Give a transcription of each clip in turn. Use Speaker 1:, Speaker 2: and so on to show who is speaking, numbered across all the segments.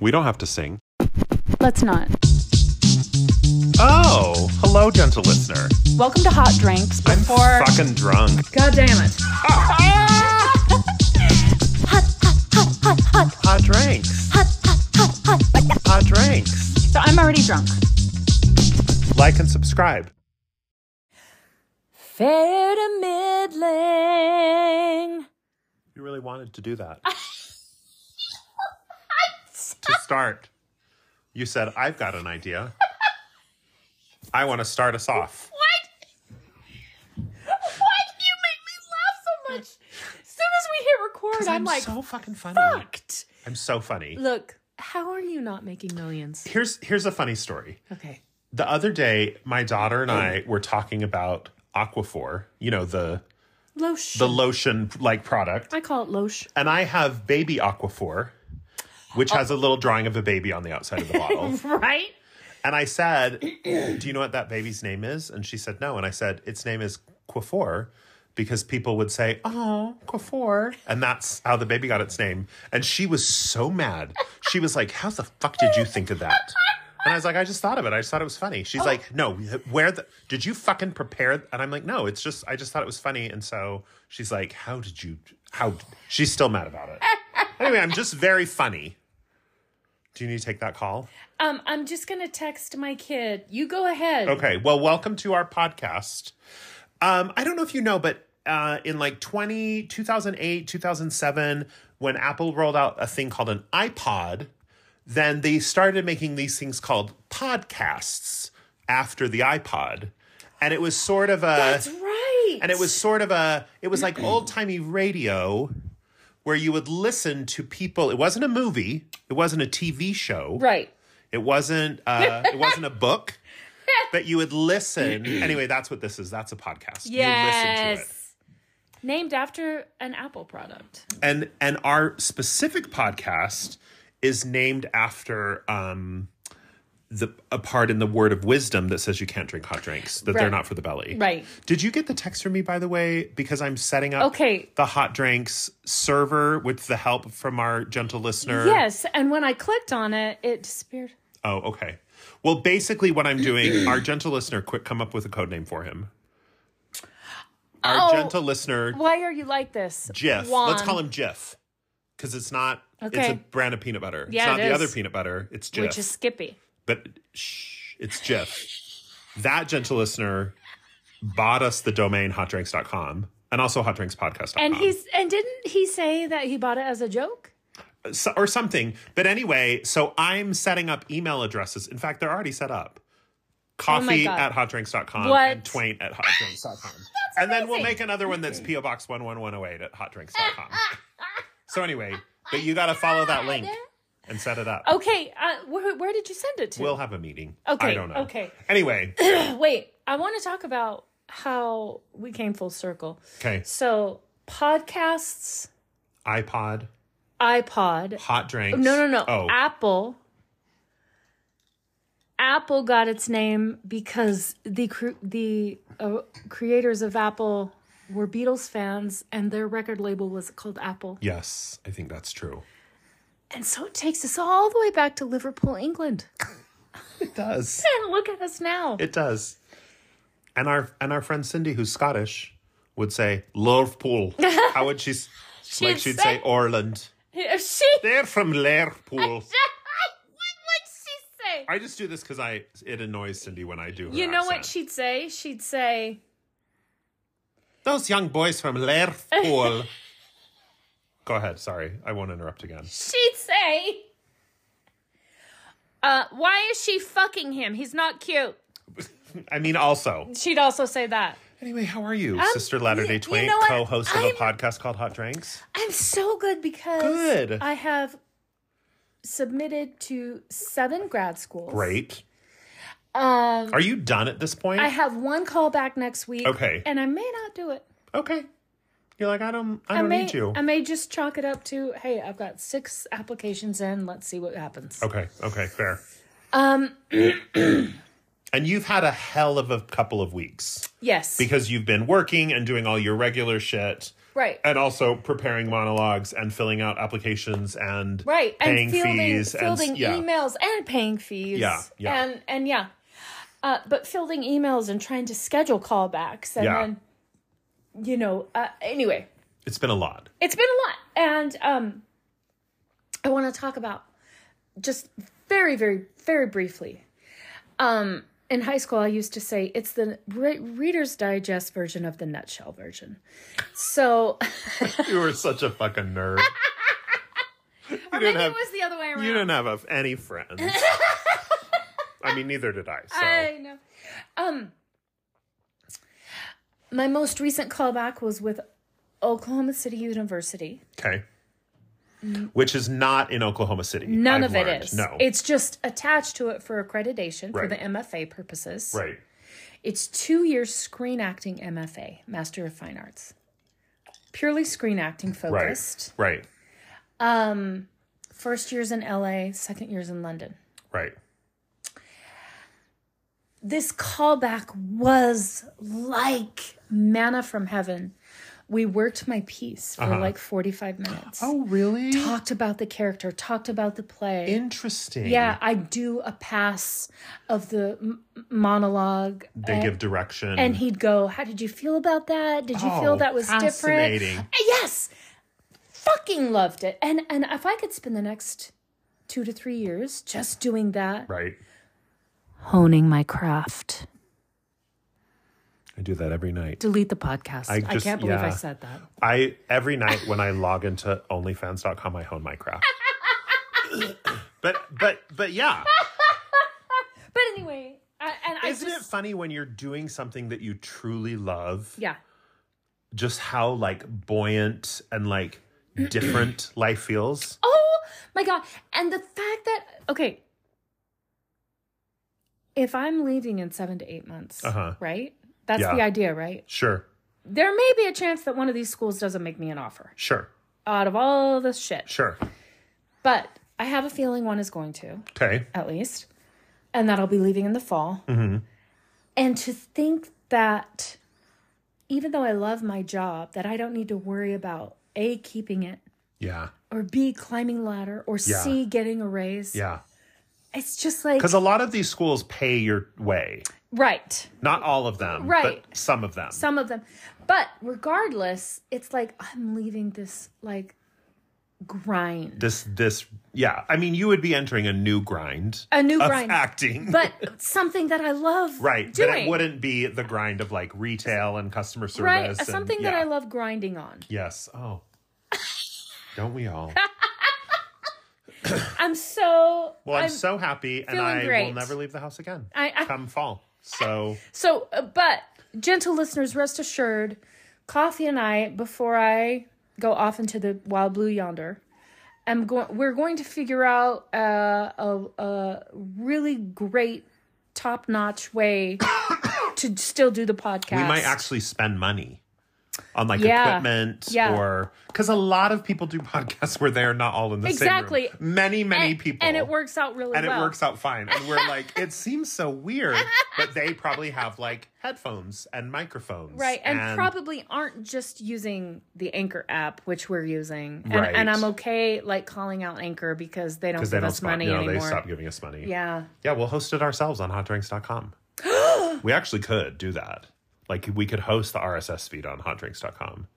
Speaker 1: We don't have to sing.
Speaker 2: Let's not.
Speaker 1: Oh, hello, gentle listener.
Speaker 2: Welcome to Hot Drinks.
Speaker 1: I'm
Speaker 2: Before.
Speaker 1: fucking drunk.
Speaker 2: God damn it.
Speaker 1: Hot drinks. Hot drinks.
Speaker 2: So I'm already drunk.
Speaker 1: Like and subscribe.
Speaker 2: Fair to middling.
Speaker 1: You really wanted to do that. to start, you said, I've got an idea. I want to start us off.
Speaker 3: What? Why do you make me laugh so much? As soon as we hit record, I'm, like,
Speaker 1: so fucking funny.
Speaker 3: fucked.
Speaker 1: I'm so funny.
Speaker 3: Look, how are you not making millions?
Speaker 1: Here's here's a funny story.
Speaker 3: Okay.
Speaker 1: The other day, my daughter and I were talking about Aquaphor, you know, the
Speaker 3: Loesch.
Speaker 1: the lotion like product.
Speaker 3: I call it Loesch.
Speaker 1: And I have baby Aquaphor, which has a little drawing of a baby on the outside of the bottle.
Speaker 3: Right?
Speaker 1: and I said, Do you know what that baby's name is? And she said, No. And I said, Its name is Quafor because people would say, Oh, Quafor. And that's how the baby got its name. And she was so mad. She was like, How the fuck did you think of that? And I was like, I just thought of it. I just thought it was funny. She's like, No, where the did you fucking prepare? And I'm like, No, it's just I just thought it was funny. And so she's like, How did you how she's still mad about it. anyway, I'm just very funny. Do you need to take that call?
Speaker 3: Um, I'm just going to text my kid. You go ahead.
Speaker 1: Okay. Well, welcome to our podcast. Um, I don't know if you know, but uh, in like 20, 2008, 2007, when Apple rolled out a thing called an iPod, then they started making these things called podcasts after the iPod. And it was sort of a.
Speaker 3: That's right.
Speaker 1: And it was sort of a, it was like old timey radio where you would listen to people. It wasn't a movie, it wasn't a TV show.
Speaker 3: Right.
Speaker 1: It wasn't uh, it wasn't a book, but you would listen. anyway, that's what this is. That's a podcast. You listen to it.
Speaker 3: Yes. Named after an Apple product.
Speaker 1: And and our specific podcast is named after um the a part in the word of wisdom that says you can't drink hot drinks, that they're
Speaker 3: Right.
Speaker 1: not for the belly.
Speaker 3: Right.
Speaker 1: Did you get the text from me by the way? Because I'm setting up
Speaker 3: Okay.
Speaker 1: the hot drinks server with the help from our gentle listener.
Speaker 3: Yes. And when I clicked on it, it disappeared.
Speaker 1: Oh, okay. Well, basically, what I'm doing, our gentle listener, quick, come up with a code name for him. Our
Speaker 3: Oh.
Speaker 1: gentle listener,
Speaker 3: Why are you like this?
Speaker 1: Jif. Let's
Speaker 3: Juan.
Speaker 1: call him Jif because it's not. It's
Speaker 3: Okay.
Speaker 1: a brand of peanut butter.
Speaker 3: Yeah,
Speaker 1: it's not
Speaker 3: it
Speaker 1: the
Speaker 3: is.
Speaker 1: other peanut butter. It's Jif.
Speaker 3: Which is Skippy.
Speaker 1: but shh, it's Jif. that gentle listener bought us the domain hotdrinks.com and also hotdrinkspodcast.com.
Speaker 3: And he's and didn't he say that he bought it as a joke?
Speaker 1: so, or something. But anyway, so I'm setting up email addresses. In fact, they're already set up. Coffee
Speaker 3: Oh God.
Speaker 1: at hotdrinks.com
Speaker 3: What?
Speaker 1: and twain at hotdrinks.com. and then we'll
Speaker 3: amazing.
Speaker 1: make another one that's P.O. Box 11108 at hotdrinks.com. so anyway, but you got to follow that link and set it up.
Speaker 3: Okay, uh, wh- where did you send it to?
Speaker 1: We'll have a meeting.
Speaker 3: Okay,
Speaker 1: I don't know.
Speaker 3: okay.
Speaker 1: Anyway,
Speaker 3: Wait, I want to talk about how we came full circle.
Speaker 1: okay.
Speaker 3: So podcasts,
Speaker 1: iPod,
Speaker 3: iPod.
Speaker 1: hot drinks.
Speaker 3: No, no, no.
Speaker 1: Oh,
Speaker 3: Apple. Apple got its name because the cr- the uh, creators of Apple were Beatles fans, and their record label was called Apple.
Speaker 1: yes. I think that's true.
Speaker 3: And so it takes us all the way back to Liverpool, England.
Speaker 1: It does.
Speaker 3: And look at us now.
Speaker 1: It does. And our and our friend Cindy, who's Scottish, would say Liverpool. How would she? s- like she'd say,
Speaker 3: say-
Speaker 1: Orland.
Speaker 3: she.
Speaker 1: They're from Liverpool.
Speaker 3: what would she say?
Speaker 1: I just do this because I it annoys Cindy when I do. Her
Speaker 3: You know what
Speaker 1: accent.
Speaker 3: she'd say? She'd say,
Speaker 1: Those young boys from Liverpool. Go ahead. Sorry, I won't interrupt again.
Speaker 3: she'd say, uh, why is she fucking him? He's not cute.
Speaker 1: I mean, also.
Speaker 3: She'd also say that.
Speaker 1: Anyway, how are you, Sister Latter Day
Speaker 3: Um, you
Speaker 1: Twain,
Speaker 3: know what?
Speaker 1: co-host of a
Speaker 3: I'm-
Speaker 1: podcast called Hot Drinks?
Speaker 3: I'm so good because
Speaker 1: Good.
Speaker 3: I have submitted to seven grad schools.
Speaker 1: Great.
Speaker 3: Um,
Speaker 1: Are you done at this point?
Speaker 3: I have one call back next week.
Speaker 1: Okay.
Speaker 3: And I may not do it.
Speaker 1: okay. You're like I don't. I
Speaker 3: I
Speaker 1: don't
Speaker 3: may,
Speaker 1: need you.
Speaker 3: I may just chalk it up to, hey, I've got six applications in. Let's see what happens.
Speaker 1: Okay, okay, fair.
Speaker 3: Um,
Speaker 1: And you've had a hell of a couple of weeks
Speaker 3: yes.
Speaker 1: because you've been working and doing all your regular shit
Speaker 3: Right.
Speaker 1: and also preparing monologues and filling out applications and
Speaker 3: Right.
Speaker 1: paying
Speaker 3: and fielding,
Speaker 1: fees
Speaker 3: fielding
Speaker 1: and yeah.
Speaker 3: emails and paying fees.
Speaker 1: Yeah, yeah.
Speaker 3: And and yeah. Uh, but fielding emails and trying to schedule callbacks and
Speaker 1: Yeah.
Speaker 3: then you know, uh, anyway,
Speaker 1: It's been a lot.
Speaker 3: it's been a lot. And um I want to talk about just very, very, very briefly. Um in high school, I used to say it's the Re- Reader's Digest version of the nutshell version. So
Speaker 1: You were such a fucking nerd. you
Speaker 3: maybe it was the other way around.
Speaker 1: you didn't have a- any friends. I mean, neither did I. So
Speaker 3: I know. Um, my most recent callback was with Oklahoma City University.
Speaker 1: okay. Which is not in Oklahoma City.
Speaker 3: None
Speaker 1: I've
Speaker 3: of it
Speaker 1: learned.
Speaker 3: is.
Speaker 1: No.
Speaker 3: It's just attached to it for accreditation for
Speaker 1: Right.
Speaker 3: the MFA purposes.
Speaker 1: right.
Speaker 3: It's two years screen acting MFA, Master of Fine Arts. Purely screen acting focused.
Speaker 1: Right. Right.
Speaker 3: Um, first year's in LA, second year's in London.
Speaker 1: Right.
Speaker 3: this callback was like manna from heaven. We worked my piece for like 45 minutes.
Speaker 1: Uh-huh. Oh, really?
Speaker 3: Talked about the character, talked about the play.
Speaker 1: Interesting.
Speaker 3: yeah, I do a pass of the m- monologue.
Speaker 1: They
Speaker 3: and,
Speaker 1: give direction.
Speaker 3: and he'd go, How did you feel about that? Did you feel
Speaker 1: Mm-hmm. Oh,
Speaker 3: that was different?
Speaker 1: fascinating.
Speaker 3: Yes. Fucking loved it. And and if I could spend the next 2 to 3 years just doing that,
Speaker 1: Right.
Speaker 2: Honing my craft.
Speaker 1: I do that every night.
Speaker 2: Delete the podcast.
Speaker 1: I just-
Speaker 3: can't believe I
Speaker 1: yeah.
Speaker 3: said that.
Speaker 1: I every night when I log into OnlyFans.com, I hone my craft. but but but yeah,
Speaker 3: But anyway, I, and I
Speaker 1: isn't
Speaker 3: just
Speaker 1: it funny when you're doing something that you truly love?
Speaker 3: yeah,
Speaker 1: Just how like buoyant and like different life feels.
Speaker 3: Oh my god. And the fact that okay. If I'm leaving in seven to eight months,
Speaker 1: Uh-huh.
Speaker 3: right? That's
Speaker 1: Yeah.
Speaker 3: the idea, right?
Speaker 1: Sure,
Speaker 3: There may be a chance that one of these schools doesn't make me an offer
Speaker 1: sure,
Speaker 3: out of all this shit.
Speaker 1: sure.
Speaker 3: But I have a feeling one is going to,
Speaker 1: Okay,
Speaker 3: at least. And that I'll be leaving in the fall.
Speaker 1: Mm-hmm.
Speaker 3: And to think that even though I love my job, that I don't need to worry about A, keeping it,
Speaker 1: yeah,
Speaker 3: or B, climbing ladder, or
Speaker 1: Yeah.
Speaker 3: C, getting a raise.
Speaker 1: yeah.
Speaker 3: It's just like
Speaker 1: Because a lot of these schools pay your way.
Speaker 3: right.
Speaker 1: Not all of them,
Speaker 3: Right.
Speaker 1: but some of them.
Speaker 3: Some of them, but regardless, it's like I'm leaving this like grind,
Speaker 1: this this yeah. I mean, you would be entering a new grind.
Speaker 3: a new
Speaker 1: of
Speaker 3: grind,
Speaker 1: acting.
Speaker 3: but something that I love.
Speaker 1: Right.
Speaker 3: doing.
Speaker 1: But it wouldn't be the grind of like retail and customer service.
Speaker 3: Right,
Speaker 1: and-
Speaker 3: something that
Speaker 1: yeah.
Speaker 3: I love grinding on.
Speaker 1: Yes. Oh. Don't we all?
Speaker 3: I'm so
Speaker 1: Well, I'm,
Speaker 3: I'm-
Speaker 1: so happy and
Speaker 3: feeling
Speaker 1: I will
Speaker 3: great.
Speaker 1: never leave the house again.
Speaker 3: I- I-
Speaker 1: Come fall. So,
Speaker 3: So, uh, but gentle listeners, rest assured, Coffee and I, before I go off into the wild blue yonder, I'm going. We're going to figure out uh, a a really great, top notch way to still do the podcast.
Speaker 1: we might actually spend money on like
Speaker 3: Yeah.
Speaker 1: equipment
Speaker 3: Yeah.
Speaker 1: or because a lot of people do podcasts where they're not all in the
Speaker 3: Exactly.
Speaker 1: same room. Many, many
Speaker 3: and,
Speaker 1: people.
Speaker 3: and it works out really
Speaker 1: And
Speaker 3: well.
Speaker 1: it works out fine. And we're like, it seems so weird, but they probably have like headphones and microphones.
Speaker 3: Right, and, probably aren't just using the Anchor app, which we're using, and,
Speaker 1: Right.
Speaker 3: and I'm okay like calling out Anchor because they don't
Speaker 1: because
Speaker 3: give
Speaker 1: they don't
Speaker 3: us
Speaker 1: spot,
Speaker 3: money
Speaker 1: you know,
Speaker 3: anymore.
Speaker 1: they stop giving us money.
Speaker 3: Yeah,
Speaker 1: Yeah, we'll host it ourselves on hotdrinks.com. we actually could do that. Like we could host the RSS feed on hotdrinks.com.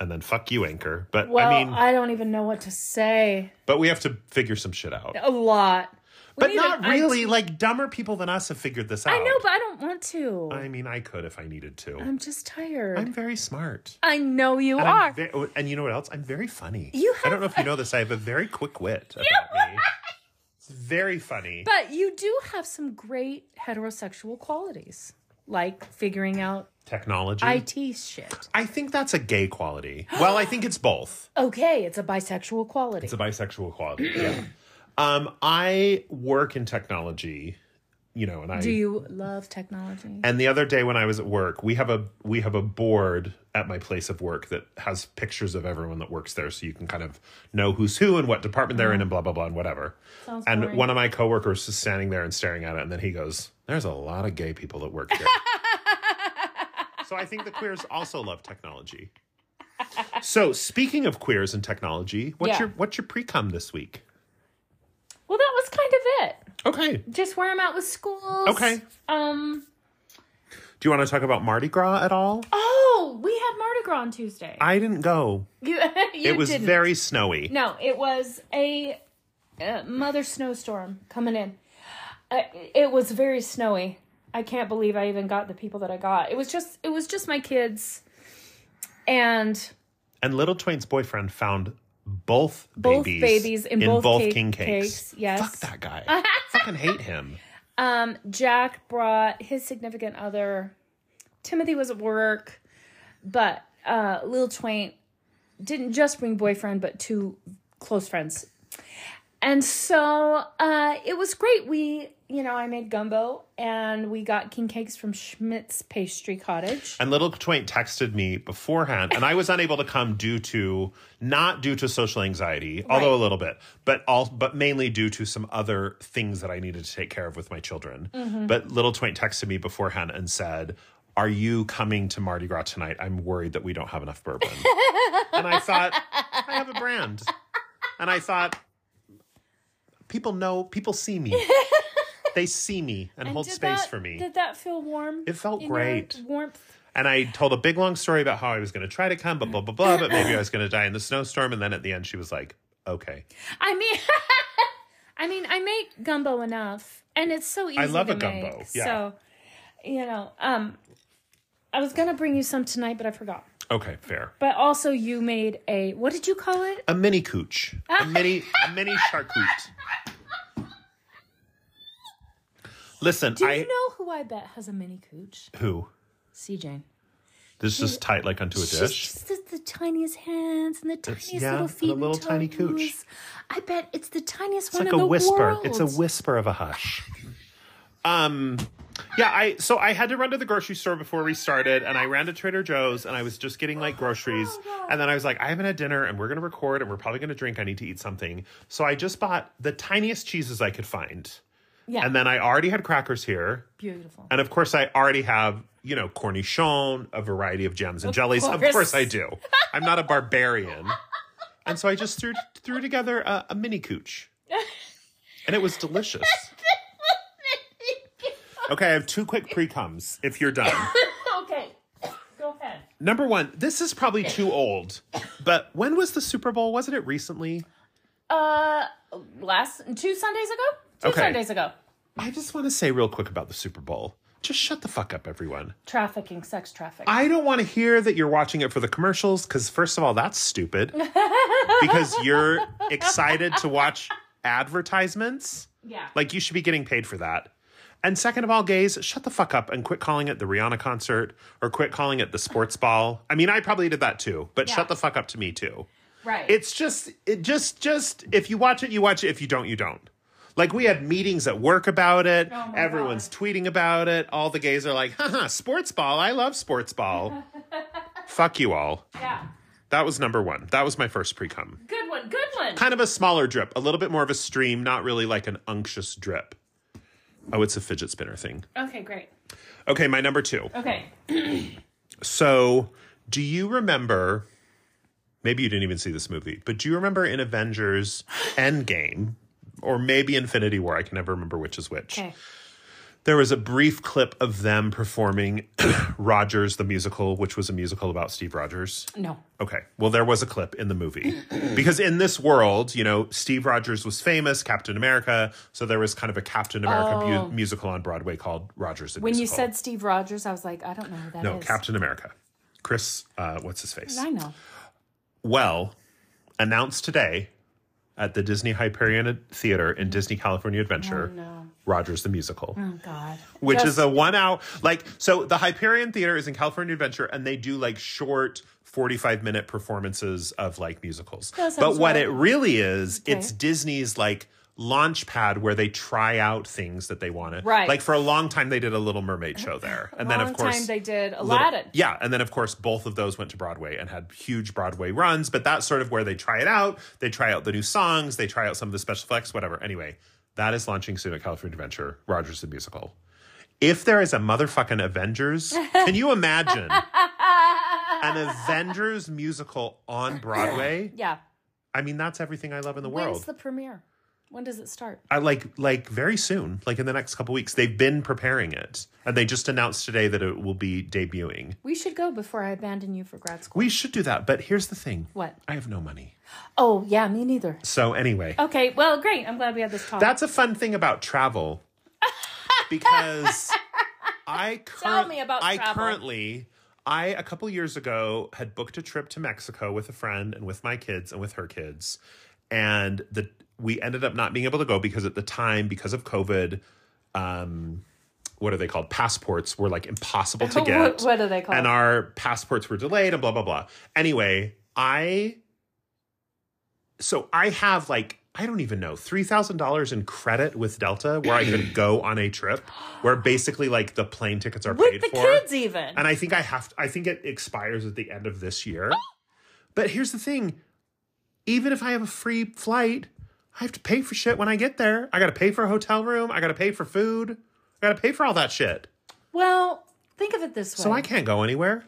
Speaker 1: And then fuck you, Anchor. But
Speaker 3: Well,
Speaker 1: I mean,
Speaker 3: I don't even know what to say.
Speaker 1: but we have to figure some shit out.
Speaker 3: A lot. We
Speaker 1: but
Speaker 3: need
Speaker 1: not
Speaker 3: an IT
Speaker 1: really. like dumber people than us have figured this out.
Speaker 3: I know, but I don't want to.
Speaker 1: I mean, I could if I needed to.
Speaker 3: I'm just tired.
Speaker 1: I'm very smart.
Speaker 3: I know you
Speaker 1: And,
Speaker 3: are.
Speaker 1: I'm ve- oh, and you know what else? I'm very funny.
Speaker 3: You
Speaker 1: I don't know if you know this. I have a very quick wit about me. It's very funny.
Speaker 3: but you do have some great heterosexual qualities, like figuring out
Speaker 1: Technology.
Speaker 3: IT shit.
Speaker 1: I think that's a gay quality. Well, I think it's both.
Speaker 3: Okay, it's a bisexual quality.
Speaker 1: It's a bisexual quality. yeah. Um, I work in technology, you know, and I
Speaker 3: do you love technology?
Speaker 1: and the other day when I was at work, we have a we have a board at my place of work that has pictures of everyone that works there, so you can kind of know who's who and what department they're in and blah blah blah and whatever.
Speaker 3: Sounds
Speaker 1: and
Speaker 3: boring.
Speaker 1: one of my coworkers is standing there and staring at it, and then he goes, "There's a lot of gay people that work here." so I think the queers also love technology. So speaking of queers and technology, what's
Speaker 3: Yeah.
Speaker 1: your what's your pre-com this week?
Speaker 3: Well, that was kind of it.
Speaker 1: Okay.
Speaker 3: Just where I'm at with schools.
Speaker 1: Okay.
Speaker 3: Um.
Speaker 1: Do you want to talk about Mardi Gras at all?
Speaker 3: Oh, we had Mardi Gras on Tuesday.
Speaker 1: I didn't go.
Speaker 3: you, you
Speaker 1: It was
Speaker 3: didn't.
Speaker 1: very snowy.
Speaker 3: No, it was a uh, mother snowstorm coming in. Uh, it was very snowy. I can't believe I even got the people that I got. It was just it was just my kids, and
Speaker 1: And Little Twain's boyfriend found both,
Speaker 3: Both
Speaker 1: babies,
Speaker 3: babies in both cake-
Speaker 1: king cakes.
Speaker 3: cakes, yes.
Speaker 1: Fuck that guy. I fucking hate him.
Speaker 3: um, Jack brought his significant other. Timothy was at work, but uh, Lil Twain didn't just bring boyfriend, but two close friends. And so uh, it was great. We, you know, I made gumbo and we got king cakes from Schmidt's Pastry Cottage.
Speaker 1: And Little Twain texted me beforehand, and I was unable to come due to not due to social anxiety, although a little bit, but all but mainly due to some other things that I needed to take care of with my children.
Speaker 3: Mm-hmm.
Speaker 1: But Little Twain texted me beforehand and said, "Are you coming to Mardi Gras tonight? I'm worried that we don't have enough bourbon." and I thought, I have a brand, and I thought, people know, people see me, they see me, and, hold
Speaker 3: Did
Speaker 1: space
Speaker 3: that-
Speaker 1: for me.
Speaker 3: Did that feel warm?
Speaker 1: It felt
Speaker 3: in your
Speaker 1: great.
Speaker 3: Warmth.
Speaker 1: And I told a big long story about how I was going to try to come, but blah blah blah. But maybe I was going to die in the snowstorm. And then at the end, she was like, "Okay,
Speaker 3: I mean, I mean, I make gumbo enough, and it's so easy.
Speaker 1: love
Speaker 3: to
Speaker 1: a gumbo,
Speaker 3: make,
Speaker 1: yeah.
Speaker 3: So, you know, um, I was gonna bring you some tonight, but I forgot.
Speaker 1: okay, fair."
Speaker 3: But also, you made a what did you call it?
Speaker 1: A mini cooch, a mini, a mini charcoot. Listen,
Speaker 3: Do
Speaker 1: I
Speaker 3: you know who I bet has a mini cooch?
Speaker 1: who
Speaker 2: See, Jane.
Speaker 1: this is tight like unto a
Speaker 3: She's
Speaker 1: dish.
Speaker 2: just the, the tiniest hands and the tiniest
Speaker 1: yeah,
Speaker 2: little
Speaker 1: and a
Speaker 2: feet and
Speaker 1: little tiny cooch.
Speaker 2: toes. I bet it's the tiniest
Speaker 1: It's
Speaker 2: one
Speaker 1: like
Speaker 2: in
Speaker 1: a
Speaker 2: the
Speaker 1: whisper.
Speaker 2: world.
Speaker 1: It's a whisper of a hush. Um, yeah. I so I had to run to the grocery store before we started, and I ran to Trader Joe's, and I was just getting like groceries,
Speaker 2: Oh,
Speaker 1: and then I was like, I haven't had dinner, and we're gonna record, and we're probably gonna drink. I need to eat something, so I just bought the tiniest cheeses I could find,
Speaker 3: Yeah,
Speaker 1: and then I already had crackers here,
Speaker 3: beautiful.
Speaker 1: and of course I already have you know cornichon, a variety of jams and jellies. Of
Speaker 3: course.
Speaker 1: course I do. I'm not a barbarian, and so I just threw threw together a, a mini cooch, and it was delicious. Okay, I have two quick pre coms if you're done.
Speaker 3: okay, go ahead.
Speaker 1: Number one, this is probably too old, but when was the Super Bowl? Wasn't it recently?
Speaker 3: Uh, last two Sundays ago. Two
Speaker 1: Okay.
Speaker 3: Sundays ago.
Speaker 1: I just want to say real quick about the Super Bowl. Just shut the fuck up, everyone.
Speaker 3: Trafficking, sex trafficking.
Speaker 1: I don't want to hear that you're watching it for the commercials because, first of all, that's stupid because you're excited to watch advertisements.
Speaker 3: yeah.
Speaker 1: Like, you should be getting paid for that. And second of all, gays, shut the fuck up and quit calling it the Rihanna concert or quit calling it the sports ball. I mean, I probably did that too, but shut the fuck up to me too.
Speaker 3: right.
Speaker 1: It's just, it just, just, if you watch it, you watch it. If you don't, you don't. Like, we had meetings at work about it.
Speaker 3: my
Speaker 1: Everyone's tweeting about it. All the gays are like, haha, sports ball. I love sports ball. Fuck you all.
Speaker 3: yeah.
Speaker 1: That was number one. That was my first pre cum.
Speaker 3: Good one. Good one.
Speaker 1: Kind of a smaller drip, a little bit more of a stream, not really like an unctuous drip. Oh, it's a fidget spinner thing.
Speaker 3: Okay, great.
Speaker 1: Okay, my number two.
Speaker 3: Okay.
Speaker 1: So, do you remember? Maybe you didn't even see this movie, but do you remember in Avengers Endgame or maybe Infinity War? I can never remember which is which.
Speaker 3: Okay.
Speaker 1: There was a brief clip of them performing Rogers the Musical, which was a musical about Steve Rogers.
Speaker 3: No.
Speaker 1: Okay. Well, there was a clip in the movie because in this world, you know, Steve Rogers was famous, Captain America. So there was kind of a Captain America mu-
Speaker 3: Oh.
Speaker 1: musical on Broadway called Rogers the
Speaker 3: When you
Speaker 1: Musical.
Speaker 3: said Steve Rogers, I was like, I don't know who that is.
Speaker 1: no, Captain America, Chris, uh, what's his face?
Speaker 3: I know.
Speaker 1: Well, announced today at the Disney Hyperion Theater in Disney California Adventure, Rogers the Musical,
Speaker 3: Oh God.
Speaker 1: which is a one hour, like, so the Hyperion Theater is in California Adventure and they do like short 45 minute performances of like musicals.
Speaker 3: That
Speaker 1: But
Speaker 3: sounds
Speaker 1: what
Speaker 3: right.
Speaker 1: it really is, it's
Speaker 3: Okay.
Speaker 1: Disney's like, launch pad where they try out things that they want to
Speaker 3: Right.
Speaker 1: like for a long time they did a little mermaid show there and then of
Speaker 3: Long
Speaker 1: course
Speaker 3: time they did
Speaker 1: little-
Speaker 3: Aladdin.
Speaker 1: yeah, and then of course both of those went to Broadway and had huge Broadway runs. But that's sort of where they try it out. They try out the new songs. They try out some of the special effects, whatever. Anyway, that is launching soon at California Adventure. Rogers the musical. If there is a motherfucking Avengers, can you imagine? an Avengers musical on Broadway.
Speaker 3: Yeah.
Speaker 1: I mean, that's everything I love in the world.
Speaker 3: When's the premiere? When does it start?
Speaker 1: I like like very soon, like in the next couple weeks. They've been preparing it, and they just announced today that it will be debuting.
Speaker 3: We should go before I abandon you for grad school.
Speaker 1: We should do that, but here's the thing:
Speaker 3: What?
Speaker 1: I have no money.
Speaker 3: Oh, yeah, me neither.
Speaker 1: So anyway,
Speaker 3: Okay, well, great. I'm glad we had this talk.
Speaker 1: that's a fun thing about travel because I cur-
Speaker 3: Tell me about
Speaker 1: I
Speaker 3: travel.
Speaker 1: currently I a couple years ago had booked a trip to Mexico with a friend and with my kids and with her kids and the we ended up not being able to go because at the time because of COVID um what are they called passports were like impossible to
Speaker 3: What-
Speaker 1: get
Speaker 3: what are they called?
Speaker 1: and our passports were delayed and blah blah blah anyway I so I have like I don't even know three thousand dollars in credit with Delta, where I could go on a trip where basically like the plane tickets are
Speaker 3: With
Speaker 1: paid
Speaker 3: the
Speaker 1: for,
Speaker 3: kids, even.
Speaker 1: and I think I have. To, I think it expires at the end of this year.
Speaker 3: Oh.
Speaker 1: but here's the thing: even if I have a free flight, I have to pay for shit when I get there. I got to pay for a hotel room. I got to pay for food. I got to pay for all that shit.
Speaker 3: well, think of it this way.
Speaker 1: So I can't go anywhere.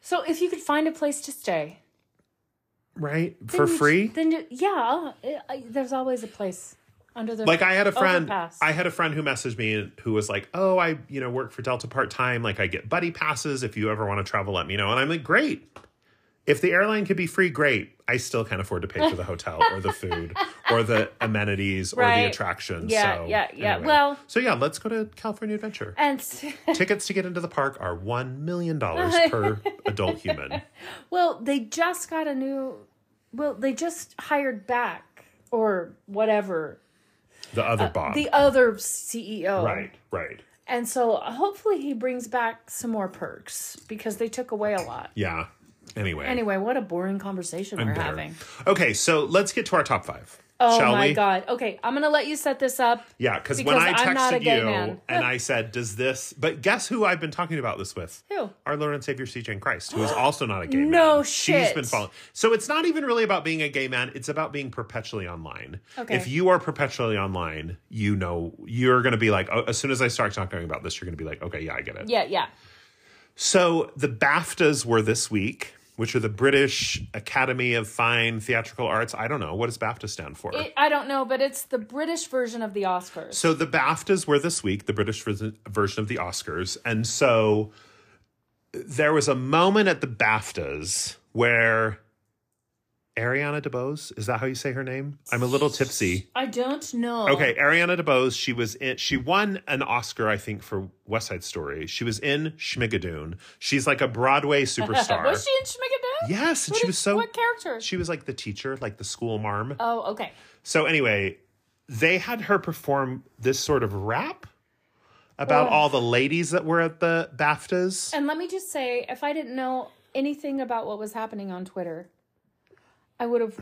Speaker 3: So if you could find a place to stay
Speaker 1: Right
Speaker 3: then
Speaker 1: for
Speaker 3: you-
Speaker 1: free,
Speaker 3: then you, yeah, I- I- there's always a place under the
Speaker 1: like I had a friend
Speaker 3: overpass.
Speaker 1: I had a friend who messaged me who was like, "Oh, I, you know, work for Delta part-time, like I get buddy passes if you ever want to travel, let me know." And I'm like, "Great. If the airline could be free, great. I still can't afford to pay for the hotel or the food or the amenities or
Speaker 3: Right.
Speaker 1: the attractions."
Speaker 3: Yeah,
Speaker 1: so,
Speaker 3: yeah, yeah. Well-
Speaker 1: So yeah, let's go to California Adventure.
Speaker 3: and s-
Speaker 1: Tickets to get into the park are 1 million dollars per adult human.
Speaker 3: well, they just got a new. Well, they just hired back or whatever
Speaker 1: The other Bob.
Speaker 3: Uh, the other CEO,
Speaker 1: right, right.
Speaker 3: And so hopefully he brings back some more perks because they took away a lot.
Speaker 1: Yeah. Anyway.
Speaker 3: Anyway, what a boring conversation we're
Speaker 1: bitter.
Speaker 3: having.
Speaker 1: Okay, so let's get to our top 5.
Speaker 3: Oh
Speaker 1: Shall
Speaker 3: my
Speaker 1: we?
Speaker 3: god. Okay, I'm gonna let you set this up.
Speaker 1: Yeah, because when I
Speaker 3: Because I'm not a
Speaker 1: texted
Speaker 3: gay
Speaker 1: you
Speaker 3: man.
Speaker 1: and I said, "Does this?" But guess who I've been talking about this with?
Speaker 3: Who?
Speaker 1: Our Lord and Savior C.J. and Christ, who is also not a gay man.
Speaker 3: No
Speaker 1: She's
Speaker 3: shit.
Speaker 1: been following. So it's not even really about being a gay man. It's about being perpetually online.
Speaker 3: Okay.
Speaker 1: If you are perpetually online, you know you're going to be like, oh, as soon as I start talking about this, you're going to be like, okay, yeah, I get it.
Speaker 3: Yeah, yeah.
Speaker 1: So the BAFTAs were this week, which are the British Academy of Fine Theatrical Arts. I don't know what does BAFTA stand for.
Speaker 3: It, I don't know, but it's the British version of the Oscars.
Speaker 1: So the BAFTAs were this week, the British vers- version of the Oscars. And so there was a moment at the BAFTAs where Ariana DeBose, is that how you say her name? I'm a little tipsy.
Speaker 3: I don't know.
Speaker 1: Okay, Ariana DeBose, she was in she won an Oscar I think for West Side Story. She was in Schmigadoon. She's like a Broadway superstar.
Speaker 3: Was she in Schmigadoon?
Speaker 1: Yes, and
Speaker 3: What
Speaker 1: she
Speaker 3: is-
Speaker 1: was so
Speaker 3: What character?
Speaker 1: she was like the teacher, like the school marm.
Speaker 3: oh, okay.
Speaker 1: So anyway, they had her perform this sort of rap about all the ladies that were at the BAFTAs.
Speaker 3: And let me just say, if I didn't know anything about what was happening on Twitter, I would have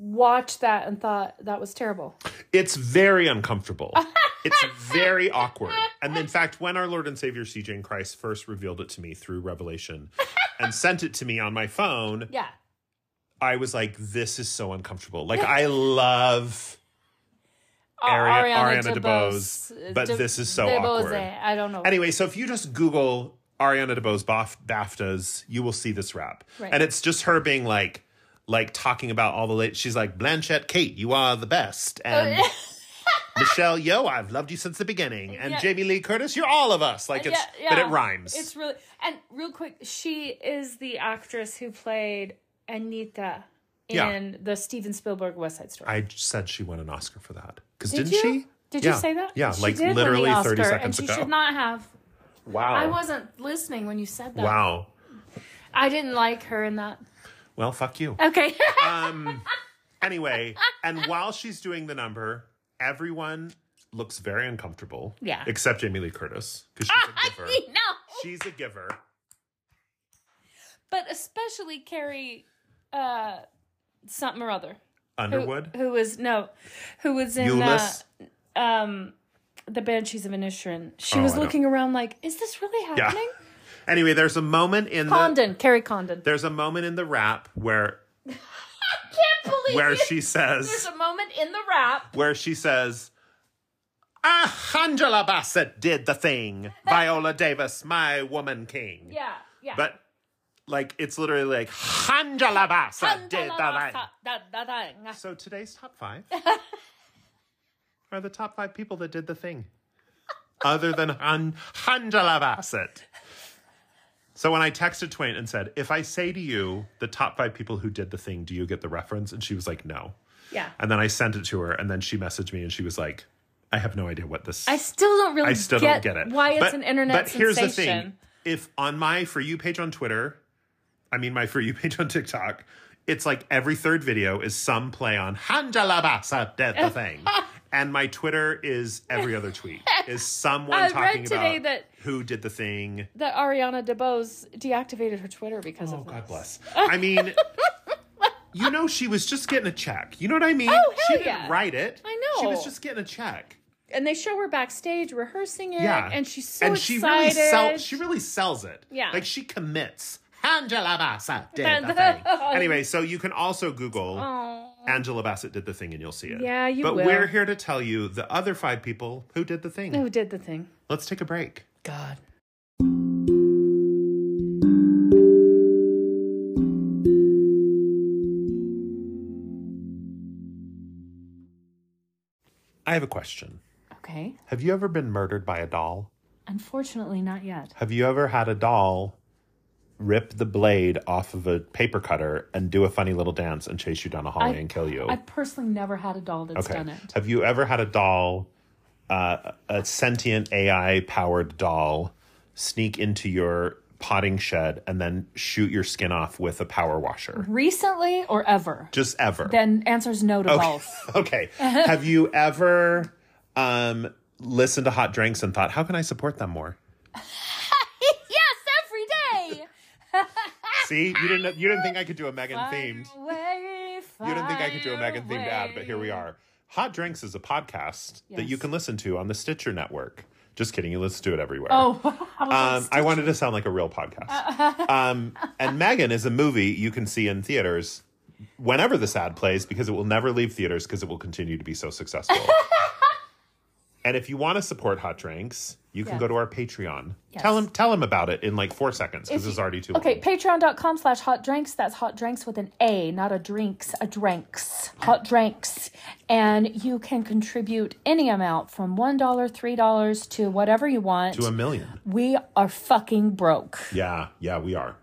Speaker 3: watched that and thought that was terrible.
Speaker 1: It's very uncomfortable. it's very awkward. And in fact, when our Lord and Savior CJ and Christ first revealed it to me through revelation and sent it to me on my phone,
Speaker 3: Yeah.
Speaker 1: I was like, this is so uncomfortable. Like I love Ari-
Speaker 3: Ari-
Speaker 1: Oh, Ariana DeBose, but this is so awkward.
Speaker 3: eh, I don't know.
Speaker 1: Anyway, so if you just Google Ariana DeBose Baf- BAFTAs, you will see this rap,
Speaker 3: Right.
Speaker 1: and it's just her being like, like talking about all the late. She's like Blanchette Kate, you are the best,
Speaker 3: Oh,
Speaker 1: and Michelle Yo, I've loved you since the beginning, and
Speaker 3: Yeah. Uh,
Speaker 1: Jamie Lee Curtis, you're all of us. Like it's, but it rhymes.
Speaker 3: It's really and real quick. She is the actress who played Anita in
Speaker 1: Yeah.
Speaker 3: the Steven Spielberg West Side Story.
Speaker 1: I said she won an Oscar for that because
Speaker 3: Did
Speaker 1: didn't
Speaker 3: you?
Speaker 1: she?
Speaker 3: Did
Speaker 1: Yeah.
Speaker 3: you say that?
Speaker 1: Yeah,
Speaker 3: She
Speaker 1: like
Speaker 3: did win the
Speaker 1: literally thirty
Speaker 3: Oscar,
Speaker 1: seconds
Speaker 3: and
Speaker 1: ago.
Speaker 3: She should not have.
Speaker 1: wow.
Speaker 3: I wasn't listening when you said that.
Speaker 1: wow.
Speaker 3: I didn't like her in that.
Speaker 1: Well, fuck you.
Speaker 3: Okay.
Speaker 1: Um, anyway, and while she's doing the number, everyone looks very uncomfortable.
Speaker 3: Yeah.
Speaker 1: Except Jamie Lee Curtis because she's a giver.
Speaker 3: no.
Speaker 1: She's a giver.
Speaker 3: But especially Carrie uh something or other. Who-
Speaker 1: Underwood,
Speaker 3: Who was no who was in uh,
Speaker 1: Euless.
Speaker 3: um the Banshees of Inisherin. She
Speaker 1: Oh,
Speaker 3: was
Speaker 1: I know.
Speaker 3: looking around like, is this really
Speaker 1: Yeah.
Speaker 3: happening?
Speaker 1: Anyway, there's a moment in the
Speaker 3: Condon, Carrie Condon.
Speaker 1: there's a moment in the rap where
Speaker 3: Can't believe
Speaker 1: where
Speaker 3: it.
Speaker 1: she
Speaker 3: There's
Speaker 1: says
Speaker 3: a moment in the rap.
Speaker 1: where she says. Ah, Angela Bassett did the thing. Viola Davis, my woman king.
Speaker 3: Yeah, Yeah.
Speaker 1: But like it's literally like Hanjalabasa did that. So today's top five are the top five people that did the thing, other than Han Hanjalabasset. So when I texted Twain and said, "If I say to you the top five people who did the thing, do you get the reference?" and she was like, "No,"
Speaker 3: Yeah.
Speaker 1: and then I sent it to her, and then she messaged me and she was like, "I have no idea what this."
Speaker 3: I still don't really
Speaker 1: I still
Speaker 3: get,
Speaker 1: don't get it.
Speaker 3: why it's
Speaker 1: But-
Speaker 3: an internet
Speaker 1: But here's the thing:
Speaker 3: sensation.
Speaker 1: if on my for you page on Twitter, I mean my for you page on TikTok, it's like every third video is some play on Hanjalabasa did the thing, and my Twitter is every other tweet is someone
Speaker 3: I read
Speaker 1: talking
Speaker 3: today
Speaker 1: about
Speaker 3: that-
Speaker 1: who did the thing.
Speaker 3: That Ariana DeBose deactivated her Twitter because
Speaker 1: Oh
Speaker 3: of
Speaker 1: God
Speaker 3: this.
Speaker 1: bless. I mean. You know, she was just getting a check. You know what I mean?
Speaker 3: Oh,
Speaker 1: she
Speaker 3: hell
Speaker 1: didn't
Speaker 3: yeah.
Speaker 1: write it.
Speaker 3: I
Speaker 1: She
Speaker 3: know.
Speaker 1: was just getting a check.
Speaker 3: And they show her backstage rehearsing it,
Speaker 1: Yeah.
Speaker 3: and she's so
Speaker 1: and she
Speaker 3: excited.
Speaker 1: really sells she really sells it.
Speaker 3: Yeah.
Speaker 1: Like she commits. Angela Bassett did
Speaker 3: And-
Speaker 1: the thing. anyway, so you can also Google
Speaker 3: Oh.
Speaker 1: Angela Bassett did the thing and you'll see it.
Speaker 3: Yeah, you
Speaker 1: But
Speaker 3: will.
Speaker 1: we're here to tell you the other five people who did the thing.
Speaker 3: Who did the thing?
Speaker 1: Let's take a break.
Speaker 3: God.
Speaker 1: I have a question.
Speaker 3: Okay.
Speaker 1: Have you ever been murdered by a doll?
Speaker 3: Unfortunately, not yet.
Speaker 1: Have you ever had a doll rip the blade off of a paper cutter and do a funny little dance and chase you down a hallway and kill you?
Speaker 3: I've personally never had a doll that's done it.
Speaker 1: Have you ever had a doll, uh, a sentient AI powered doll, sneak into your potting shed and then shoot your skin off with a power washer?
Speaker 3: Recently or ever?
Speaker 1: Just ever.
Speaker 3: Then answers no
Speaker 1: Oh.
Speaker 3: to both.
Speaker 1: okay. Have you ever um, listened to Hot Drinks and thought, how can I support them more?
Speaker 3: yes, every day.
Speaker 1: See, you didn't you didn't think I could do a Megan themed. You didn't think I could do a Megan themed ad, but here we are. Hot Drinks is a podcast that you
Speaker 3: Yes.
Speaker 1: can listen to on the Stitcher network. Just kidding, you listen to it everywhere.
Speaker 3: Oh, I was like,
Speaker 1: Um, I wanted to sound like a real podcast. um, and Megan is a movie you can see in theaters whenever this ad plays because it will never leave theaters because it will continue to be so successful. and if you want to support Hot Drinks, you can
Speaker 3: Yeah.
Speaker 1: go to our Patreon.
Speaker 3: Yes.
Speaker 1: Tell him tell him about it in like four seconds because
Speaker 3: If
Speaker 1: it's
Speaker 3: you-
Speaker 1: already too
Speaker 3: Okay,
Speaker 1: long.
Speaker 3: patreon.com slash hot drinks. That's hot drinks with an A, not a drinks, a drinks. Hot drinks. And you can contribute any amount from $1, $3 to whatever you want.
Speaker 1: To a million.
Speaker 3: we are fucking broke.
Speaker 1: Yeah, yeah, we are.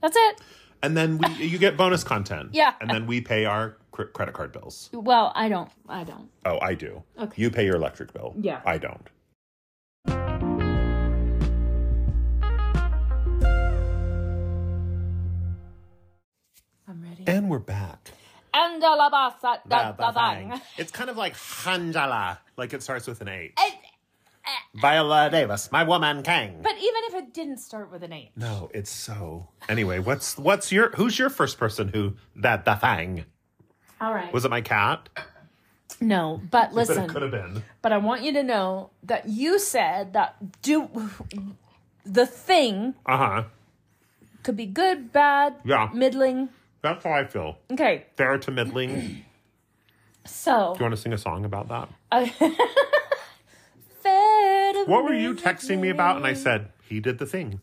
Speaker 3: That's it.
Speaker 1: And then we, you get bonus content.
Speaker 3: Yeah.
Speaker 1: And then we pay our cr- credit card bills.
Speaker 3: Well, I don't. I don't.
Speaker 1: Oh, I do.
Speaker 3: Okay.
Speaker 1: You pay your electric bill.
Speaker 3: Yeah.
Speaker 1: I don't.
Speaker 3: I'm ready.
Speaker 1: And we're back.
Speaker 3: And a la basa da da dang.
Speaker 1: It's kind of like Hanjala, like it starts with an H.
Speaker 3: It- uh,
Speaker 1: Viola Davis, my woman king.
Speaker 3: But even if it didn't start with an A,
Speaker 1: no, it's so. Anyway, what's what's your who's your first person who that the thing
Speaker 3: all right.
Speaker 1: was it my cat?
Speaker 3: no, but
Speaker 1: But
Speaker 3: listen.
Speaker 1: it could have been.
Speaker 3: But I want you to know that you said that do the thing
Speaker 1: Uh huh.
Speaker 3: could be good, bad,
Speaker 1: Yeah.
Speaker 3: middling.
Speaker 1: That's how I feel.
Speaker 3: Okay,
Speaker 1: Fair to middling. Do you
Speaker 3: so uh,
Speaker 1: want to sing a song about that?
Speaker 3: fair to
Speaker 1: What were you texting me about? And I said he did the thing.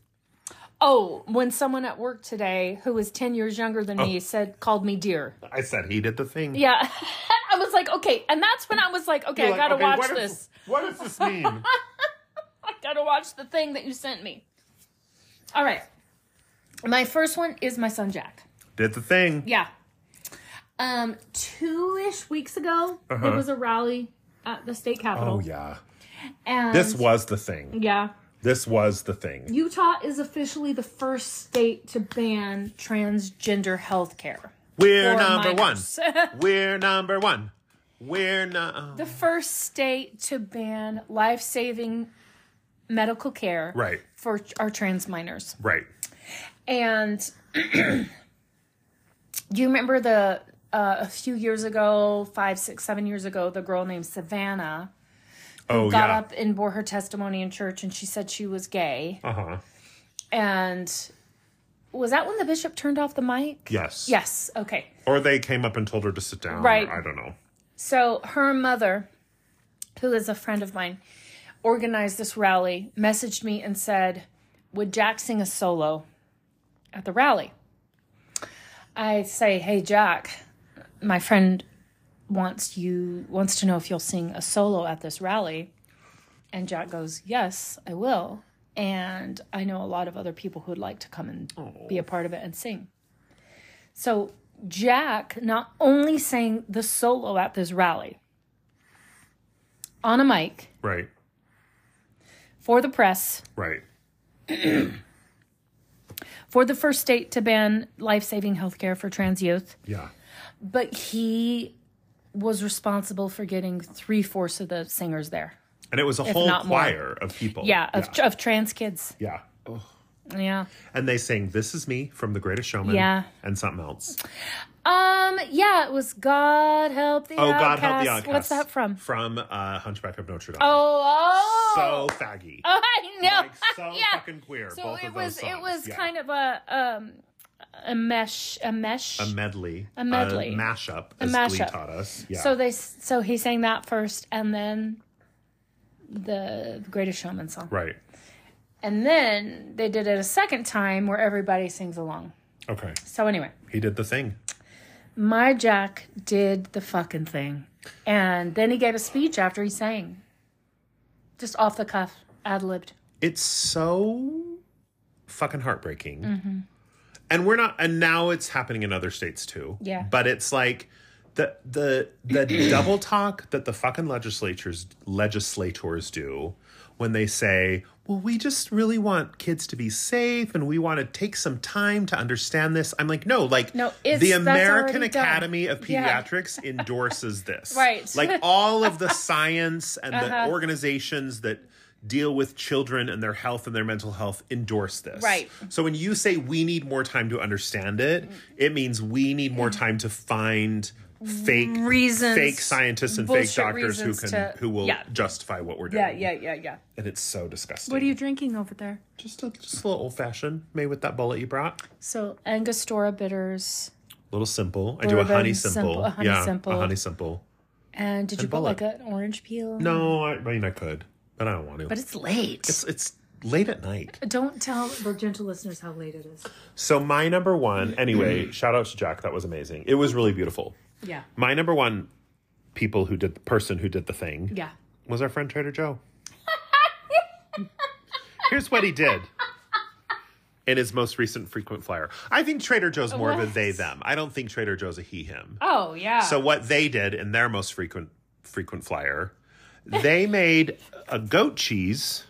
Speaker 3: Oh, when someone at work today who is ten years younger than
Speaker 1: Oh.
Speaker 3: me said called me dear.
Speaker 1: I said he did the thing.
Speaker 3: Yeah, I was like, okay, and that's when I was like, okay,
Speaker 1: You're
Speaker 3: I
Speaker 1: like,
Speaker 3: gotta
Speaker 1: okay,
Speaker 3: watch
Speaker 1: what does-
Speaker 3: this.
Speaker 1: what does this mean?
Speaker 3: I gotta watch the thing that you sent me. All right, my first one is my son Jack.
Speaker 1: did the thing.
Speaker 3: Yeah. Um, two ish weeks ago, there was a rally at the state capitol.
Speaker 1: Uh-huh. Oh yeah.
Speaker 3: And
Speaker 1: This was the thing.
Speaker 3: yeah.
Speaker 1: This was the thing.
Speaker 3: Utah is officially the first state to ban transgender health care.
Speaker 1: We're
Speaker 3: for
Speaker 1: number
Speaker 3: minors.
Speaker 1: one. We're number one. We're not
Speaker 3: the first state to ban life saving medical care
Speaker 1: right.
Speaker 3: for our trans minors.
Speaker 1: Right.
Speaker 3: And do you remember the uh, a few years ago, five, six, seven years ago, the girl named Savannah
Speaker 1: Oh
Speaker 3: got
Speaker 1: yeah.
Speaker 3: up and bore her testimony in church and she said she was gay.
Speaker 1: Uh huh.
Speaker 3: And was that when the bishop turned off the mic?
Speaker 1: Yes.
Speaker 3: Yes. Okay.
Speaker 1: Or they came up and told her to sit down.
Speaker 3: Right.
Speaker 1: I don't know.
Speaker 3: So her mother, who is a friend of mine, organized this rally, messaged me and said, Would Jack sing a solo? at the rally. I say, "Hey Jack, my friend wants you wants to know if you'll sing a solo at this rally." And Jack goes, "Yes, I will." And I know a lot of other people who would like to come and be a part of it and sing. So Jack not only sang the solo at this rally on a mic
Speaker 1: Right.
Speaker 3: for the press
Speaker 1: Right.
Speaker 3: for the first state to ban life saving healthcare for trans youth,
Speaker 1: Yeah.
Speaker 3: but he was responsible for getting three fourths of the singers there.
Speaker 1: And it was a whole
Speaker 3: not more.
Speaker 1: choir of people.
Speaker 3: Yeah, of,
Speaker 1: yeah.
Speaker 3: of trans kids.
Speaker 1: yeah.
Speaker 3: Yeah.
Speaker 1: And they sang "This Is Me" from The Greatest Showman.
Speaker 3: Yeah.
Speaker 1: And something else.
Speaker 3: Um. Yeah, it was God help the
Speaker 1: Oh,
Speaker 3: outcast.
Speaker 1: God help the outcast.
Speaker 3: What's that from?
Speaker 1: From uh, Hunchback of Notre Dame.
Speaker 3: Oh,
Speaker 1: So
Speaker 3: oh.
Speaker 1: faggy.
Speaker 3: I know.
Speaker 1: Like, so
Speaker 3: yeah.
Speaker 1: fucking queer.
Speaker 3: So
Speaker 1: both
Speaker 3: it
Speaker 1: of
Speaker 3: was.
Speaker 1: those songs.
Speaker 3: It was
Speaker 1: Yeah.
Speaker 3: kind of a um a mesh a mesh.
Speaker 1: a medley, a
Speaker 3: medley.
Speaker 1: mashup, as Glee
Speaker 3: mashup.
Speaker 1: taught us. Yeah.
Speaker 3: So they s- so he sang that first, and then the Greatest Showman song,
Speaker 1: right.
Speaker 3: and then they did it a second time where everybody sings along.
Speaker 1: Okay.
Speaker 3: So anyway,
Speaker 1: He did the thing.
Speaker 3: my Jack did the fucking thing, and then he gave a speech after he sang, just off the cuff, ad libbed.
Speaker 1: It's so fucking heartbreaking.
Speaker 3: Mm-hmm.
Speaker 1: And we're not and now it's happening in other states too.
Speaker 3: Yeah.
Speaker 1: But it's like the the the double talk that the fucking legislatures legislators do when they say, "Well, we just really want kids to be safe and we want to take some time to understand this." I'm like, "No, like
Speaker 3: No, it's-
Speaker 1: the
Speaker 3: that's
Speaker 1: American
Speaker 3: already done.
Speaker 1: Academy of
Speaker 3: Yeah.
Speaker 1: Pediatrics endorses this."
Speaker 3: Right.
Speaker 1: Like all of the science and the
Speaker 3: Uh-huh.
Speaker 1: organizations that deal with children and their health and their mental health endorse this.
Speaker 3: Right.
Speaker 1: So when you say we need more time to understand it, it means we need more time to find fake
Speaker 3: Reasons,
Speaker 1: fake scientists and fake
Speaker 3: bullshit
Speaker 1: doctors who can
Speaker 3: reasons to-
Speaker 1: who will
Speaker 3: yeah.
Speaker 1: justify what we're doing.
Speaker 3: Yeah, yeah, yeah, yeah.
Speaker 1: And it's so disgusting.
Speaker 3: What are you drinking over there?
Speaker 1: just a just a little old fashioned made with that bullet you brought?
Speaker 3: So Angostura bitters,
Speaker 1: little simple. I do a honey
Speaker 3: Bourbon
Speaker 1: simple.
Speaker 3: simple, a honey
Speaker 1: yeah,
Speaker 3: simple.
Speaker 1: a honey simple.
Speaker 3: and did you put
Speaker 1: bullet.
Speaker 3: like an orange peel?
Speaker 1: No, I, I mean I could, but I don't want to.
Speaker 3: but it's late.
Speaker 1: it's it's late at night.
Speaker 3: Don't tell the gentle listeners how late it is.
Speaker 1: So my number one, anyway, shout out to Jack. That was amazing. It was really beautiful.
Speaker 3: Yeah,
Speaker 1: My number one people who did the person who did the thing
Speaker 3: yeah.
Speaker 1: was our friend Trader Joe. Here's what he did in his most recent frequent flyer. I think Trader Joe's more of a
Speaker 3: What?
Speaker 1: they them. I don't think Trader Joe's a he him.
Speaker 3: Oh yeah.
Speaker 1: So what they did in their most frequent frequent flyer, they made a goat cheese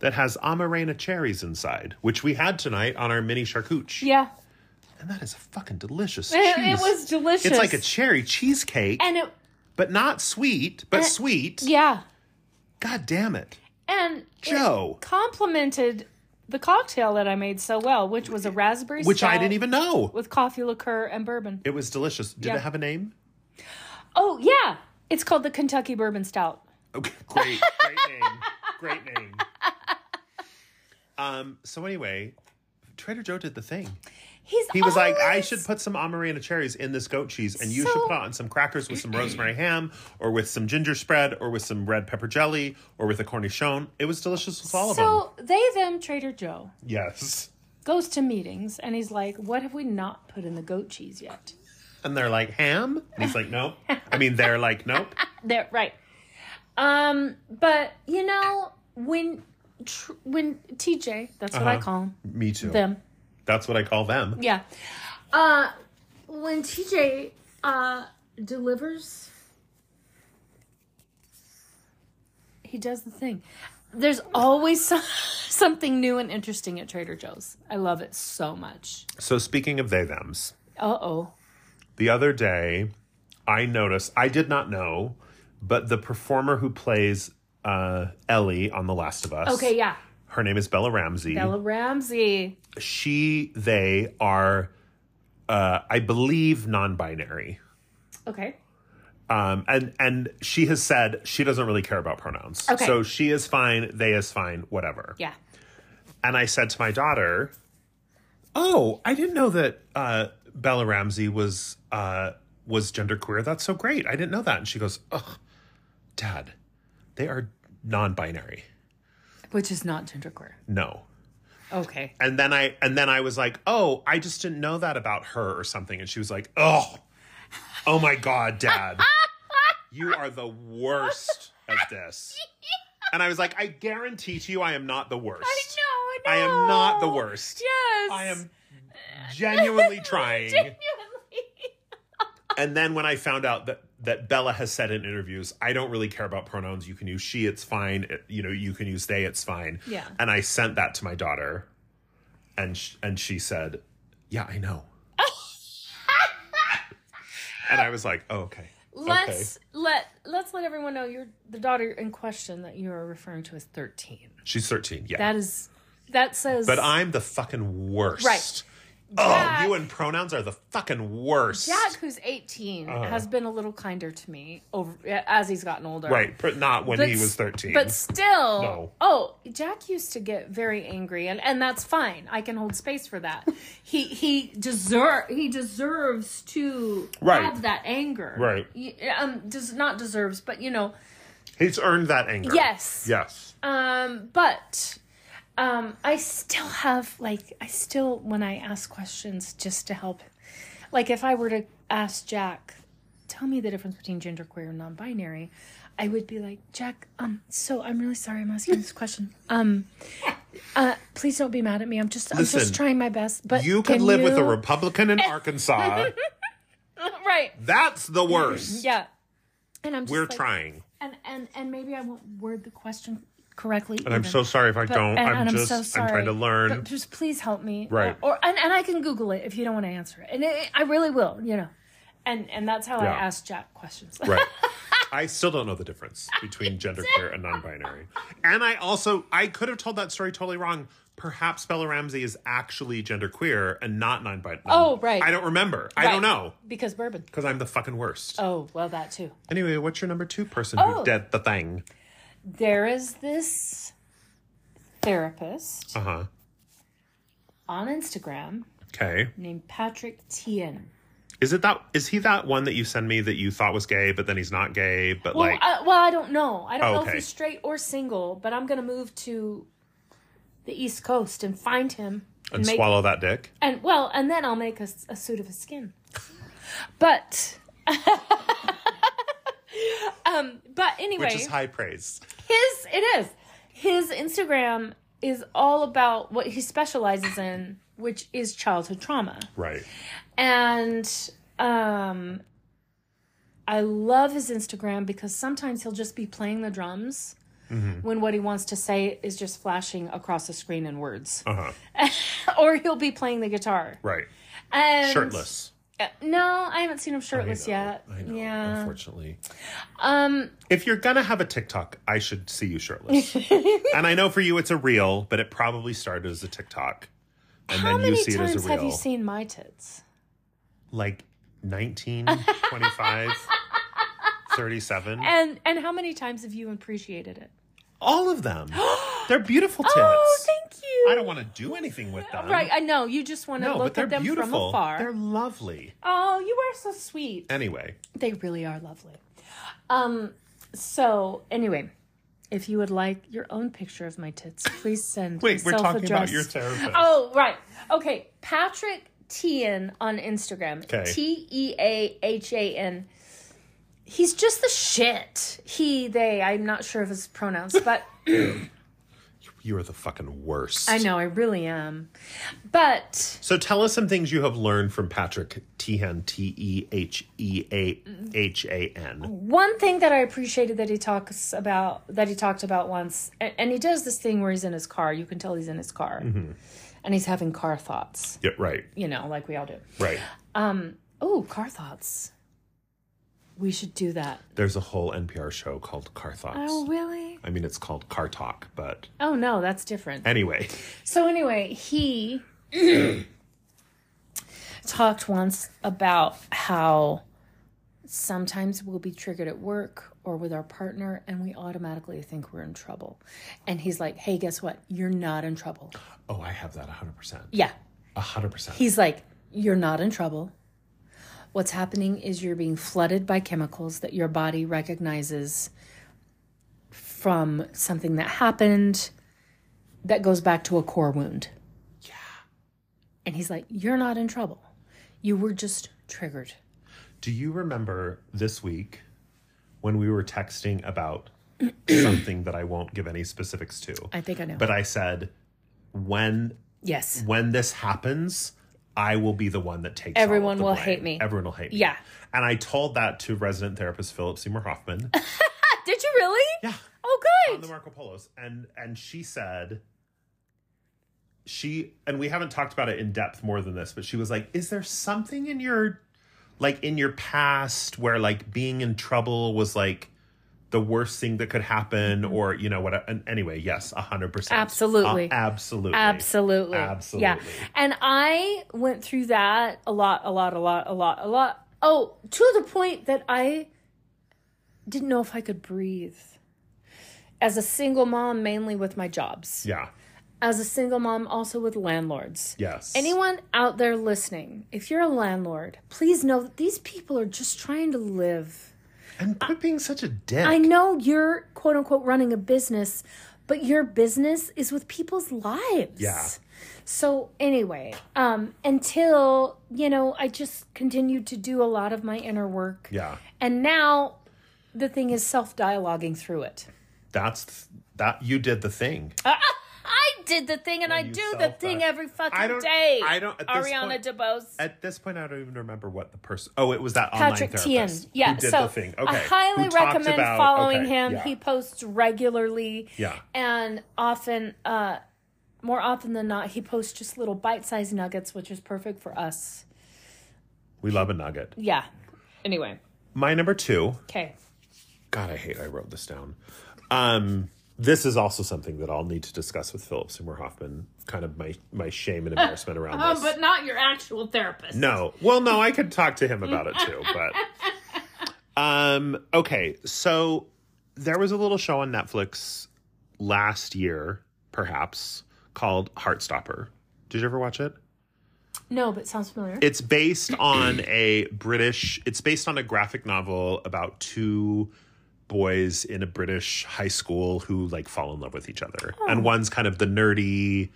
Speaker 1: that has amarena cherries inside, which we had tonight on our mini charcuterie.
Speaker 3: yeah,
Speaker 1: And that is a fucking delicious
Speaker 3: it,
Speaker 1: cheese.
Speaker 3: it was delicious.
Speaker 1: It's like a cherry cheesecake,
Speaker 3: and it
Speaker 1: but not sweet, but sweet.
Speaker 3: yeah,
Speaker 1: God damn it.
Speaker 3: and
Speaker 1: Joe.
Speaker 3: it complimented the cocktail that I made so well, which was a raspberry
Speaker 1: Which I
Speaker 3: stout
Speaker 1: didn't even know.
Speaker 3: with coffee liqueur and bourbon.
Speaker 1: It was delicious. Did
Speaker 3: Yeah.
Speaker 1: it have a name?
Speaker 3: Oh yeah, it's called the Kentucky Bourbon Stout.
Speaker 1: Okay, great. Great name. Great name. Um, so anyway, Trader Joe did the thing.
Speaker 3: He's
Speaker 1: He was like, I
Speaker 3: always-
Speaker 1: should put some amarena cherries in this goat cheese, and you
Speaker 3: So-
Speaker 1: should put on some crackers with some rosemary ham, or with some ginger spread, or with some red pepper jelly, or with a cornichon. It was delicious with all of them.
Speaker 3: So they them Trader Joe
Speaker 1: Yes.
Speaker 3: goes to meetings and he's like, "What have we not put in the goat cheese yet?"
Speaker 1: And they're like, ham? And he's like, nope. I mean, they're like, nope.
Speaker 3: There, right. Um, but you know when tr- when TJ, that's what I
Speaker 1: Uh-huh.
Speaker 3: call him,
Speaker 1: Me too.
Speaker 3: them.
Speaker 1: That's what I call them.
Speaker 3: Yeah. Uh, when TJ uh delivers, he does the thing. There's always some, something new and interesting at Trader Joe's. I love it so much.
Speaker 1: So, speaking of they, thems,
Speaker 3: Uh oh.
Speaker 1: the other day I noticed, I did not know, but the performer who plays uh, Ellie on The Last of Us,
Speaker 3: Okay, yeah.
Speaker 1: her name is Bella Ramsey.
Speaker 3: Bella Ramsey.
Speaker 1: Mm-hmm. She, they are, uh, I believe, non binary.
Speaker 3: Okay.
Speaker 1: Um, and and she has said she doesn't really care about pronouns.
Speaker 3: Okay.
Speaker 1: So she is fine, they is fine, whatever.
Speaker 3: Yeah.
Speaker 1: and I said to my daughter, "Oh, I didn't know that uh, Bella Ramsey was uh, was genderqueer. That's so great. I didn't know that." And she goes, "Ugh, Dad, they are non-binary.
Speaker 3: Which is not genderqueer.
Speaker 1: No,
Speaker 3: Okay.
Speaker 1: And then I and then I was like, "Oh, I just didn't know that about her or something." And she was like, "Oh. Oh my god, dad. You are the worst at this." And I was like, "I guarantee to you I am not the worst.
Speaker 3: No,
Speaker 1: I am not the worst.
Speaker 3: Yes.
Speaker 1: I am genuinely trying." and then when I found out that that Bella has said in interviews, I don't really care about pronouns. You can use she, it's fine. It- you know, you can use they, it's fine.
Speaker 3: Yeah.
Speaker 1: And I sent that to my daughter, and sh- and she said, "Yeah, I know." and I was like, oh, "Okay."
Speaker 3: Let's let let's let everyone know you're the daughter in question that you are referring to is 13.
Speaker 1: She's thirteen. Yeah.
Speaker 3: That is that says
Speaker 1: but I'm the fucking worst.
Speaker 3: Right.
Speaker 1: Oh,
Speaker 3: Jack-
Speaker 1: you and pronouns are the fucking worst.
Speaker 3: Jack, who's 18,
Speaker 1: Uh-huh.
Speaker 3: has been a little kinder to me over as he's gotten older.
Speaker 1: Right, but not when he was
Speaker 3: s-
Speaker 1: thirteen.
Speaker 3: But still,
Speaker 1: No.
Speaker 3: oh, Jack used to get very angry, and and that's fine. I can hold space for that. he he deserve he deserves to
Speaker 1: Right.
Speaker 3: have that anger.
Speaker 1: Right.
Speaker 3: Y- Um, does not deserves, but you know,
Speaker 1: He's earned that anger.
Speaker 3: yes.
Speaker 1: Yes.
Speaker 3: Um, but um, I still have like I still when I ask questions just to help, like if I were to ask Jack, tell me the difference between genderqueer and non-binary, I would be like Jack. Um, so I'm really sorry I'm asking this question. Um, uh, please don't be mad at me. I'm just I'm
Speaker 1: Listen,
Speaker 3: just trying my best. But
Speaker 1: You could
Speaker 3: can
Speaker 1: live with a
Speaker 3: you-
Speaker 1: Republican in Arkansas.
Speaker 3: right?
Speaker 1: That's the worst.
Speaker 3: Yeah. And I'm just
Speaker 1: We're
Speaker 3: like-
Speaker 1: trying.
Speaker 3: And and and maybe I won't word the question correctly.
Speaker 1: And I'm so sorry if I don't.
Speaker 3: and,
Speaker 1: I'm
Speaker 3: and
Speaker 1: just
Speaker 3: I'm so sorry.
Speaker 1: I'm trying to learn.
Speaker 3: But just please help me.
Speaker 1: Right.
Speaker 3: Or, or- and, and I can Google it if you don't want to answer it. And it, I really will, you know. And and that's how
Speaker 1: Yeah.
Speaker 3: I ask Jack questions.
Speaker 1: right. I still don't know the difference between genderqueer and non-binary. And I also I could have told that story totally wrong. Perhaps Bella Ramsey is actually genderqueer and not non-binary.
Speaker 3: Oh, right.
Speaker 1: I don't remember. I don't know
Speaker 3: Because bourbon.
Speaker 1: because I'm the fucking worst.
Speaker 3: Oh, well that too.
Speaker 1: Anyway, what's your number two person
Speaker 3: Oh.
Speaker 1: who did the thing?
Speaker 3: There is this therapist
Speaker 1: Uh huh.
Speaker 3: on Instagram
Speaker 1: Okay.
Speaker 3: named Patrick Tien.
Speaker 1: Is it that? Is he that one that you send me that you thought was gay, but then he's not gay? But
Speaker 3: Well,
Speaker 1: like,
Speaker 3: I, well, I don't know. I don't
Speaker 1: Oh,
Speaker 3: know if
Speaker 1: okay.
Speaker 3: he's straight or single, but I'm going to move to the East Coast and find him
Speaker 1: and
Speaker 3: make-
Speaker 1: swallow that dick.
Speaker 3: And well, and then I'll make a, s- a suit of his skin. But um but anyway,
Speaker 1: which is high praise.
Speaker 3: his it is. His Instagram is all about what he specializes in, which is childhood trauma.
Speaker 1: Right.
Speaker 3: And um I love his Instagram because sometimes he'll just be playing the drums
Speaker 1: Mm-hmm.
Speaker 3: when what he wants to say is just flashing across the screen in words.
Speaker 1: Uh huh.
Speaker 3: or he'll be playing the guitar.
Speaker 1: Right.
Speaker 3: And
Speaker 1: Shirtless.
Speaker 3: Uh, No, I haven't seen him shirtless
Speaker 1: I know,
Speaker 3: yet.
Speaker 1: I know,
Speaker 3: yeah.
Speaker 1: Unfortunately,
Speaker 3: Um,
Speaker 1: if you're gonna have a TikTok, I should see you shirtless. and I know for you it's a reel, but it probably started as a TikTok, and
Speaker 3: how
Speaker 1: then
Speaker 3: many
Speaker 1: you see it
Speaker 3: times
Speaker 1: as a reel.
Speaker 3: have you seen my tits?
Speaker 1: like 19, 25, 37.
Speaker 3: And and how many times have you appreciated it?
Speaker 1: All of them. They're beautiful tits.
Speaker 3: Oh, thank you.
Speaker 1: I don't want to do anything with them.
Speaker 3: Right, I know. You just want to
Speaker 1: No, but
Speaker 3: look
Speaker 1: they're
Speaker 3: at them
Speaker 1: beautiful.
Speaker 3: from afar.
Speaker 1: They're lovely.
Speaker 3: Oh, you are so sweet.
Speaker 1: Anyway,
Speaker 3: They really are lovely. Um, so anyway, if you would like your own picture of my tits, please send.
Speaker 1: wait, we're talking about
Speaker 3: self-addressed-
Speaker 1: your therapist.
Speaker 3: Oh, right. Okay. Patrick Tian on Instagram.
Speaker 1: Okay.
Speaker 3: T E A H A N. He's just the shit. He, they, I'm not sure of his pronouns, but
Speaker 1: You are the fucking worst.
Speaker 3: I know I really am. But
Speaker 1: So tell us some things you have learned from Patrick Tehan, T E H E A H A N.
Speaker 3: one thing that I appreciated that he talks about, that he talked about once, and, and he does this thing where he's in his car. You can tell he's in his car. And he's having car thoughts,
Speaker 1: Yeah, right,
Speaker 3: you know, like we all do.
Speaker 1: right.
Speaker 3: Oh, car thoughts. We should do that.
Speaker 1: There's a whole NPR show called Car Thoughts.
Speaker 3: Oh, really?
Speaker 1: I mean, it's called Car Talk, but
Speaker 3: Oh, no, that's different.
Speaker 1: anyway.
Speaker 3: So anyway, he talked once about how sometimes we'll be triggered at work or with our partner and we automatically think we're in trouble. And he's like, "Hey, guess what? You're not in trouble."
Speaker 1: Oh, I have that 100%.
Speaker 3: Yeah.
Speaker 1: 100%.
Speaker 3: He's like, "You're not in trouble." What's happening is you're being flooded by chemicals that your body recognizes from something that happened that goes back to a core wound. Yeah. And he's like, You're not in trouble. You were just triggered.
Speaker 1: Do you remember this week when we were texting about something that I won't give any specifics to?
Speaker 3: I think I know.
Speaker 1: but Mm. I said when
Speaker 3: yes.
Speaker 1: when this happens, I will be the one that takes all of
Speaker 3: Everyone
Speaker 1: the
Speaker 3: will
Speaker 1: blame.
Speaker 3: hate me.
Speaker 1: Everyone will hate me.
Speaker 3: Yeah.
Speaker 1: And I told that to resident therapist Philip Seymour Hoffman
Speaker 3: Did you really?
Speaker 1: Yeah.
Speaker 3: Oh,
Speaker 1: on the
Speaker 3: good.
Speaker 1: Marco Polos. And and she said she and we haven't talked about it in depth more than this, but she was like, Is there something in your like in your past where like being in trouble was like the worst thing that could happen or you know what and anyway yes 100%
Speaker 3: Mm-hmm. Absolutely.
Speaker 1: Uh, absolutely
Speaker 3: Absolutely.
Speaker 1: Absolutely.
Speaker 3: Yeah. And I went through that a lot, a lot, a lot, a lot, a lot. Oh, to the point that I didn't know if I could breathe. As a single mom, mainly with my jobs.
Speaker 1: yeah
Speaker 3: As a single mom, also with landlords.
Speaker 1: yes
Speaker 3: Anyone out there listening, if you're a landlord, please know that these people are just trying to live.
Speaker 1: and quit being such a dick
Speaker 3: Uh, I know you're quote unquote running a business, but your business is with people's lives.
Speaker 1: Yeah.
Speaker 3: So anyway, um, until you know, I just continued to do a lot of my inner work,
Speaker 1: yeah
Speaker 3: and now the thing is self dialoguing through it.
Speaker 1: that's that you did the thing
Speaker 3: I did the thing, and I
Speaker 1: you
Speaker 3: do the
Speaker 1: self-di-
Speaker 3: thing every fucking
Speaker 1: I don't-
Speaker 3: day.
Speaker 1: I don't- at this
Speaker 3: Ariana
Speaker 1: point-
Speaker 3: DeBose.
Speaker 1: At this point, I don't even remember what the person. Oh, it was that
Speaker 3: Patrick
Speaker 1: online
Speaker 3: Tien.
Speaker 1: therapist
Speaker 3: Yeah.
Speaker 1: who did
Speaker 3: so
Speaker 1: the thing. Okay,
Speaker 3: I
Speaker 1: who
Speaker 3: highly
Speaker 1: talked
Speaker 3: recommend
Speaker 1: about-
Speaker 3: following
Speaker 1: okay,
Speaker 3: him.
Speaker 1: Yeah.
Speaker 3: He posts regularly.
Speaker 1: Yeah.
Speaker 3: And often, uh, more often than not, he posts just little bite-sized nuggets, which is perfect for us.
Speaker 1: we love a nugget.
Speaker 3: Yeah. Anyway.
Speaker 1: My number two.
Speaker 3: Okay.
Speaker 1: God, I hate I wrote this down. Um, this is also something that I'll need to discuss with Philip Seymour Hoffman. Kind of my my shame and embarrassment around
Speaker 3: Oh,
Speaker 1: this.
Speaker 3: Um, not your actual therapist.
Speaker 1: No. Well, no, I could talk to him about it too, but um okay, so there was a little show on Netflix last year, perhaps, called Heartstopper. Did you ever watch it?
Speaker 3: No, but sounds familiar.
Speaker 1: It's based on a British it's based on a graphic novel about two boys in a British high school who like fall in love with each other.
Speaker 3: Oh.
Speaker 1: And one's kind of the nerdy,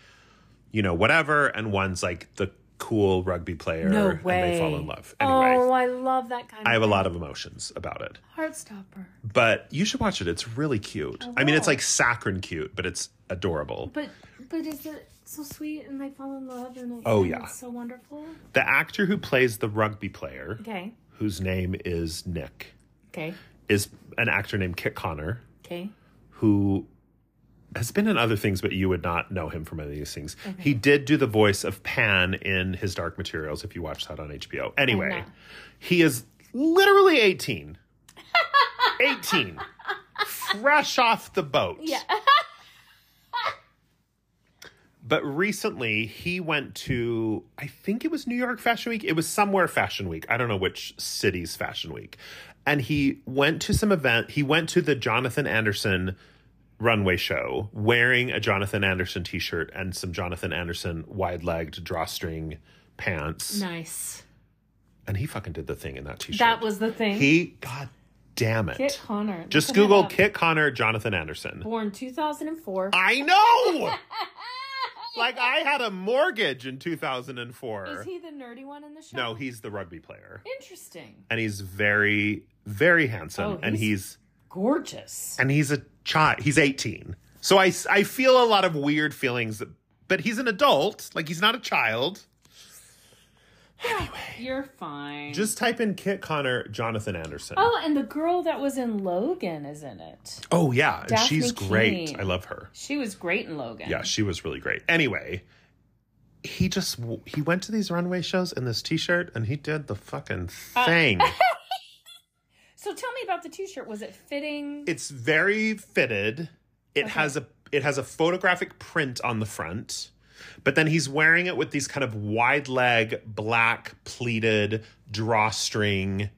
Speaker 1: you know, whatever, and one's like the cool rugby player
Speaker 3: no
Speaker 1: and
Speaker 3: way.
Speaker 1: they fall in love. Anyway.
Speaker 3: Oh, I love that kind
Speaker 1: I
Speaker 3: of
Speaker 1: have a lot of emotions about it.
Speaker 3: Heartstopper.
Speaker 1: But you should watch it. It's really cute. I, mean, it's like saccharine cute, but it's adorable.
Speaker 3: But but is it so sweet and they fall in love and,
Speaker 1: Oh,
Speaker 3: and
Speaker 1: yeah.
Speaker 3: it's so wonderful?
Speaker 1: The actor who plays the rugby player,
Speaker 3: Okay.
Speaker 1: whose name is Nick,
Speaker 3: Okay.
Speaker 1: is an actor named Kit Connor,
Speaker 3: Okay.
Speaker 1: who has been in other things, but you would not know him from any of these things. He did do the voice of Pan in His Dark Materials, if you watch that on HBO. Anyway,
Speaker 3: not.
Speaker 1: he is literally 18. 18. Fresh off the boat. Yeah. but recently he went to, I think it was New York Fashion Week. It was somewhere Fashion Week. I don't know which city's Fashion Week. And he went to some event. He went to the Jonathan Anderson runway show wearing a Jonathan Anderson t shirt and some Jonathan Anderson wide legged drawstring pants.
Speaker 3: Nice.
Speaker 1: And he fucking did the thing in that t shirt.
Speaker 3: That was the thing.
Speaker 1: He, god damn it.
Speaker 3: Kit Connor.
Speaker 1: Just
Speaker 3: Look him
Speaker 1: Google
Speaker 3: up.
Speaker 1: Kit Connor, Jonathan Anderson.
Speaker 3: Born 2004.
Speaker 1: I know! like, I had a mortgage in 2004.
Speaker 3: Is he the nerdy one in the show?
Speaker 1: no, he's the rugby player.
Speaker 3: Interesting.
Speaker 1: And he's very, very handsome.
Speaker 3: Oh,
Speaker 1: and
Speaker 3: he's-
Speaker 1: he's,
Speaker 3: Gorgeous.
Speaker 1: and he's a child. He's 18. So I, s- I feel a lot of weird feelings, but he's an adult. Like, he's not a child.
Speaker 3: You're fine.
Speaker 1: Just type in Kit Connor, Jonathan Anderson. Oh,
Speaker 3: oh, and the girl that was in Logan is in it.
Speaker 1: yeah. And
Speaker 3: Daphne
Speaker 1: she's great.
Speaker 3: Keane.
Speaker 1: I love her.
Speaker 3: She was great in Logan.
Speaker 1: Yeah, she was really great. Anyway, he just w- he went to these runway shows in this t-shirt and he did the fucking
Speaker 3: Uh,
Speaker 1: thing.
Speaker 3: So tell me about the T-shirt. Was it fitting?
Speaker 1: it's very fitted. It has a it has a photographic print on the front. But then he's wearing it with these kind of wide leg black pleated drawstring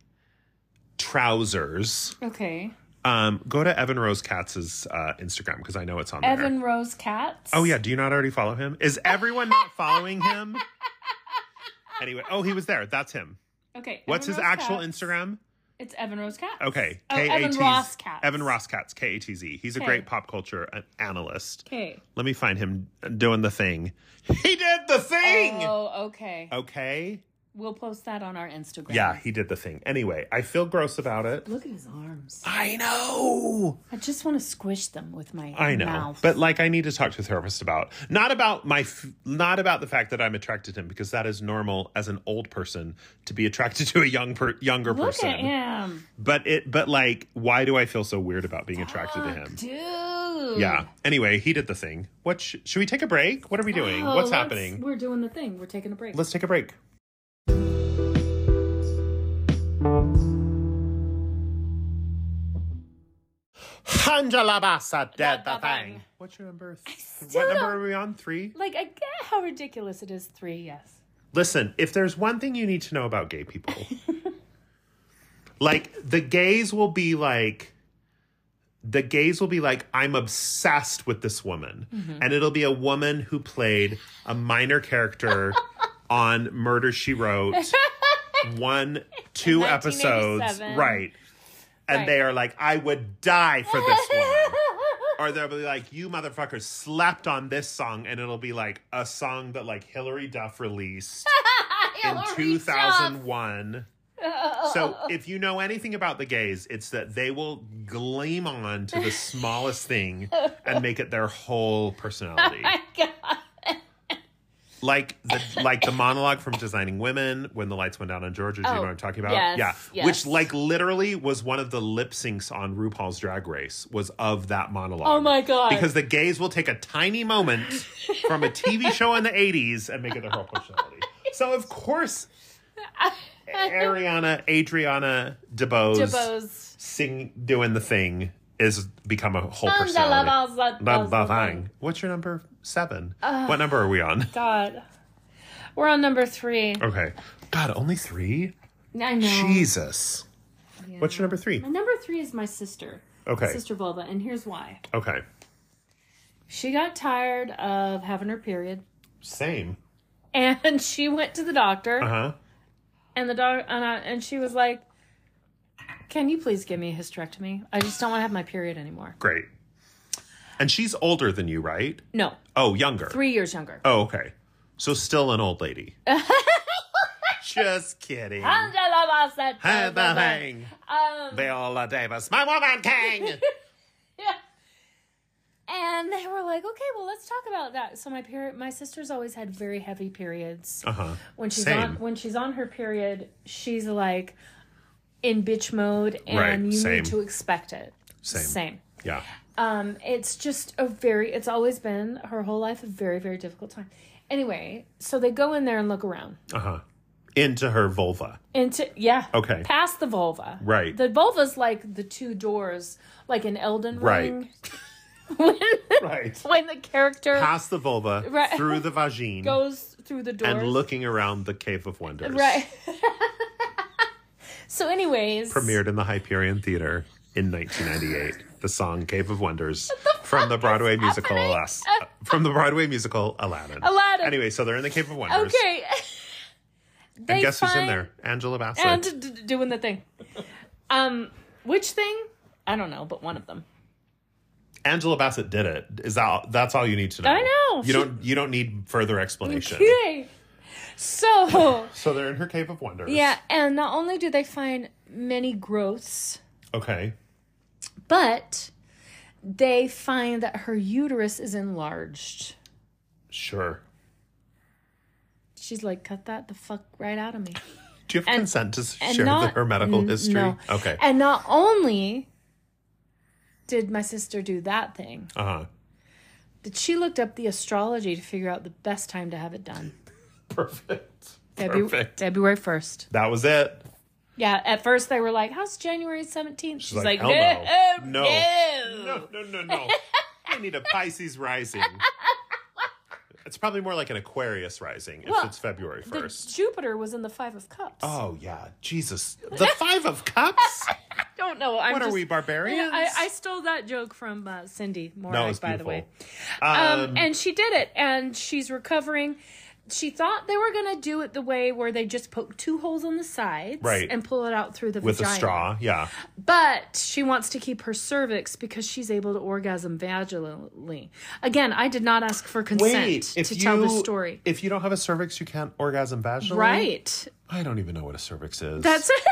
Speaker 1: trousers.
Speaker 3: okay.
Speaker 1: Um go to Evan Rose Katz's uh Instagram because I know it's on there.
Speaker 3: Evan Rose Katz.
Speaker 1: Oh yeah, do you not already follow him? Is everyone not following him? Anyway, oh he was there. That's him.
Speaker 3: Okay.
Speaker 1: What's
Speaker 3: Evan
Speaker 1: his
Speaker 3: Rose
Speaker 1: actual
Speaker 3: Katz.
Speaker 1: Instagram?
Speaker 3: It's Evan Rose Katz.
Speaker 1: Okay.
Speaker 3: Oh,
Speaker 1: K A
Speaker 3: Evan
Speaker 1: T Z-
Speaker 3: Ross Katz.
Speaker 1: Evan Ross Katz, K A T Z. He's a
Speaker 3: Okay.
Speaker 1: great pop culture an- analyst.
Speaker 3: Okay.
Speaker 1: Let me find him doing the thing. He did the thing.
Speaker 3: Oh, okay.
Speaker 1: Okay.
Speaker 3: We'll post that on our Instagram.
Speaker 1: Yeah, he did the thing. Anyway, I feel gross about it.
Speaker 2: Look at his arms.
Speaker 1: I know.
Speaker 3: I just want to squish them with my
Speaker 1: I know.
Speaker 3: mouth.
Speaker 1: But like I need to talk to a therapist about not about my f- not about the fact that I'm attracted to him because that is normal as an old person to be attracted to a young per- younger
Speaker 3: Look
Speaker 1: person.
Speaker 3: at him.
Speaker 1: But it but like why do I feel so weird about being attracted to him?
Speaker 3: Dude.
Speaker 1: Yeah. Anyway, he did the thing. What sh- should we take a break? What are we doing?
Speaker 3: Oh,
Speaker 1: What's
Speaker 3: let's-
Speaker 1: happening?
Speaker 3: We're doing the thing. We're taking a break.
Speaker 1: Let's take a break. Angela Bassett did the thing. What's your number?
Speaker 3: still
Speaker 1: What number
Speaker 3: don't-
Speaker 1: are we on? Three?
Speaker 3: like, I get how ridiculous it is. Three, yes.
Speaker 1: Listen, if there's one thing you need to know about gay people, like the gays will be like, the gays will be like, I'm obsessed with this woman. And it'll be a woman who played a minor character on Murder She Wrote, one, two episodes.
Speaker 3: 1987.
Speaker 1: Right. And
Speaker 3: Right.
Speaker 1: they are like, I would die for this woman. or they'll be like, "You motherfuckers slapped on this song," and it'll be like a song that like Hillary Duff released in two thousand one. So if you know anything about the gays, it's that they will gleam on to the smallest thing and make it their whole personality. Like the like the monologue from Designing Women when the lights went down on Georgia. Do you
Speaker 3: Oh,
Speaker 1: know what I'm talking about?
Speaker 3: yes,
Speaker 1: yeah,
Speaker 3: yes.
Speaker 1: which like literally was one of the lip syncs on RuPaul's Drag Race was of that monologue
Speaker 3: Oh my God.
Speaker 1: because the gays will take a tiny moment from a TV show in the 80s and make it their whole personality. So, of course, Ariana, Adriana DeBose,
Speaker 3: Jabos.
Speaker 1: sing doing the thing is become a whole personality. The, the thing.
Speaker 3: God.
Speaker 1: What's your number? Seven. what number are we on?
Speaker 3: We're on number three.
Speaker 1: Okay. God, only three?
Speaker 3: I know.
Speaker 1: Jesus. What's your number three?
Speaker 3: My number three is my sister.
Speaker 1: Okay.
Speaker 3: Sister Vulva, and here's why.
Speaker 1: Okay.
Speaker 3: She got tired of having her period.
Speaker 1: Same.
Speaker 3: And she went to the doctor,
Speaker 1: Uh huh.
Speaker 3: and the doc and, I, and she was like, "Can you please give me a hysterectomy? I just don't want to have my period anymore."
Speaker 1: Great. And she's older than you, right?
Speaker 3: No,
Speaker 1: Oh, younger.
Speaker 3: three years younger.
Speaker 1: Oh, okay. So still an old lady. Just kidding.
Speaker 3: Angela Bassett.
Speaker 1: Have a hang.
Speaker 3: Um,
Speaker 1: Viola Davis, my woman king.
Speaker 3: and they were like, "Okay, well, let's talk about that." So my period, my sister's always had very heavy periods.
Speaker 1: Uh huh.
Speaker 3: when she's
Speaker 1: Same.
Speaker 3: on when she's on her period, she's like in bitch mode, and
Speaker 1: Right,
Speaker 3: you
Speaker 1: same.
Speaker 3: need to expect it.
Speaker 1: Same.
Speaker 3: Same.
Speaker 1: Yeah.
Speaker 3: Um, it's just a very. It's always been her whole life a very very difficult time. Anyway, so they go in there and look around
Speaker 1: Uh huh. Into her vulva.
Speaker 3: into yeah.
Speaker 1: Okay.
Speaker 3: Past the vulva.
Speaker 1: Right.
Speaker 3: The vulva's like the two doors, like an Elden
Speaker 1: Right.
Speaker 3: Ring. when,
Speaker 1: Right.
Speaker 3: when the character
Speaker 1: Past the vulva,
Speaker 3: Right.
Speaker 1: through the vagine,
Speaker 3: goes through the door.
Speaker 1: and looking around the Cave of Wonders.
Speaker 3: Right. so, anyways.
Speaker 1: Premiered in the Hyperion Theater in 1998. The song "Cave of Wonders" from the Broadway musical Alas- from the Broadway musical Aladdin.
Speaker 3: Aladdin.
Speaker 1: Anyway, so they're in the Cave of Wonders.
Speaker 3: Okay. they
Speaker 1: And guess who's in
Speaker 3: find-
Speaker 1: there? Angela Bassett.
Speaker 3: And d- d- doing the thing. Um, which thing? I don't know, but one of them.
Speaker 1: Angela Bassett did it. Is that that's all you need to know?
Speaker 3: I know.
Speaker 1: You don't you don't need further explanation.
Speaker 3: Okay. So
Speaker 1: So they're in her cave of wonders.
Speaker 3: yeah, and not only do they find many growths,
Speaker 1: Okay.
Speaker 3: but they find that her uterus is enlarged.
Speaker 1: Sure.
Speaker 3: She's like, cut that the fuck right out of me.
Speaker 1: Do you have consent to
Speaker 3: and
Speaker 1: share the,
Speaker 3: not-
Speaker 1: her medical history?
Speaker 3: No.
Speaker 1: Okay.
Speaker 3: And not only did my sister do that thing,
Speaker 1: Uh huh.
Speaker 3: but she looked up the astrology to figure out the best time to have it done.
Speaker 1: Perfect.
Speaker 3: Febu-
Speaker 1: Perfect.
Speaker 3: February 1st.
Speaker 1: That was it.
Speaker 3: Yeah, at first they were like, how's January 17th? She's,
Speaker 1: like,
Speaker 3: like,
Speaker 1: "Hell no.
Speaker 3: no, no.
Speaker 1: No, no, no, no. I need a Pisces rising. It's probably more like an Aquarius rising if
Speaker 3: Well,
Speaker 1: it's February
Speaker 3: The
Speaker 1: 1st.
Speaker 3: Jupiter was in the Five of Cups.
Speaker 1: Oh, yeah. Jesus. The Five of Cups?
Speaker 3: I don't know. I'm
Speaker 1: What are
Speaker 3: just-
Speaker 1: we, barbarians?
Speaker 3: I, I stole that joke from uh, Cindy Morak,
Speaker 1: No, it's
Speaker 3: by the
Speaker 1: beautiful. Um,
Speaker 3: way. Um, and she did it, and she's recovering. she thought they were gonna do it the way where they just poke two holes on the sides
Speaker 1: Right.
Speaker 3: and pull it out through the
Speaker 1: with
Speaker 3: vagina.
Speaker 1: a straw. Yeah.
Speaker 3: But she wants to keep her cervix because she's able to orgasm vaginally. Again, I did not ask for consent to tell this story.
Speaker 1: If you don't have a cervix, you can't orgasm vaginally.
Speaker 3: Right.
Speaker 1: I don't even know what a cervix is.
Speaker 3: That's it.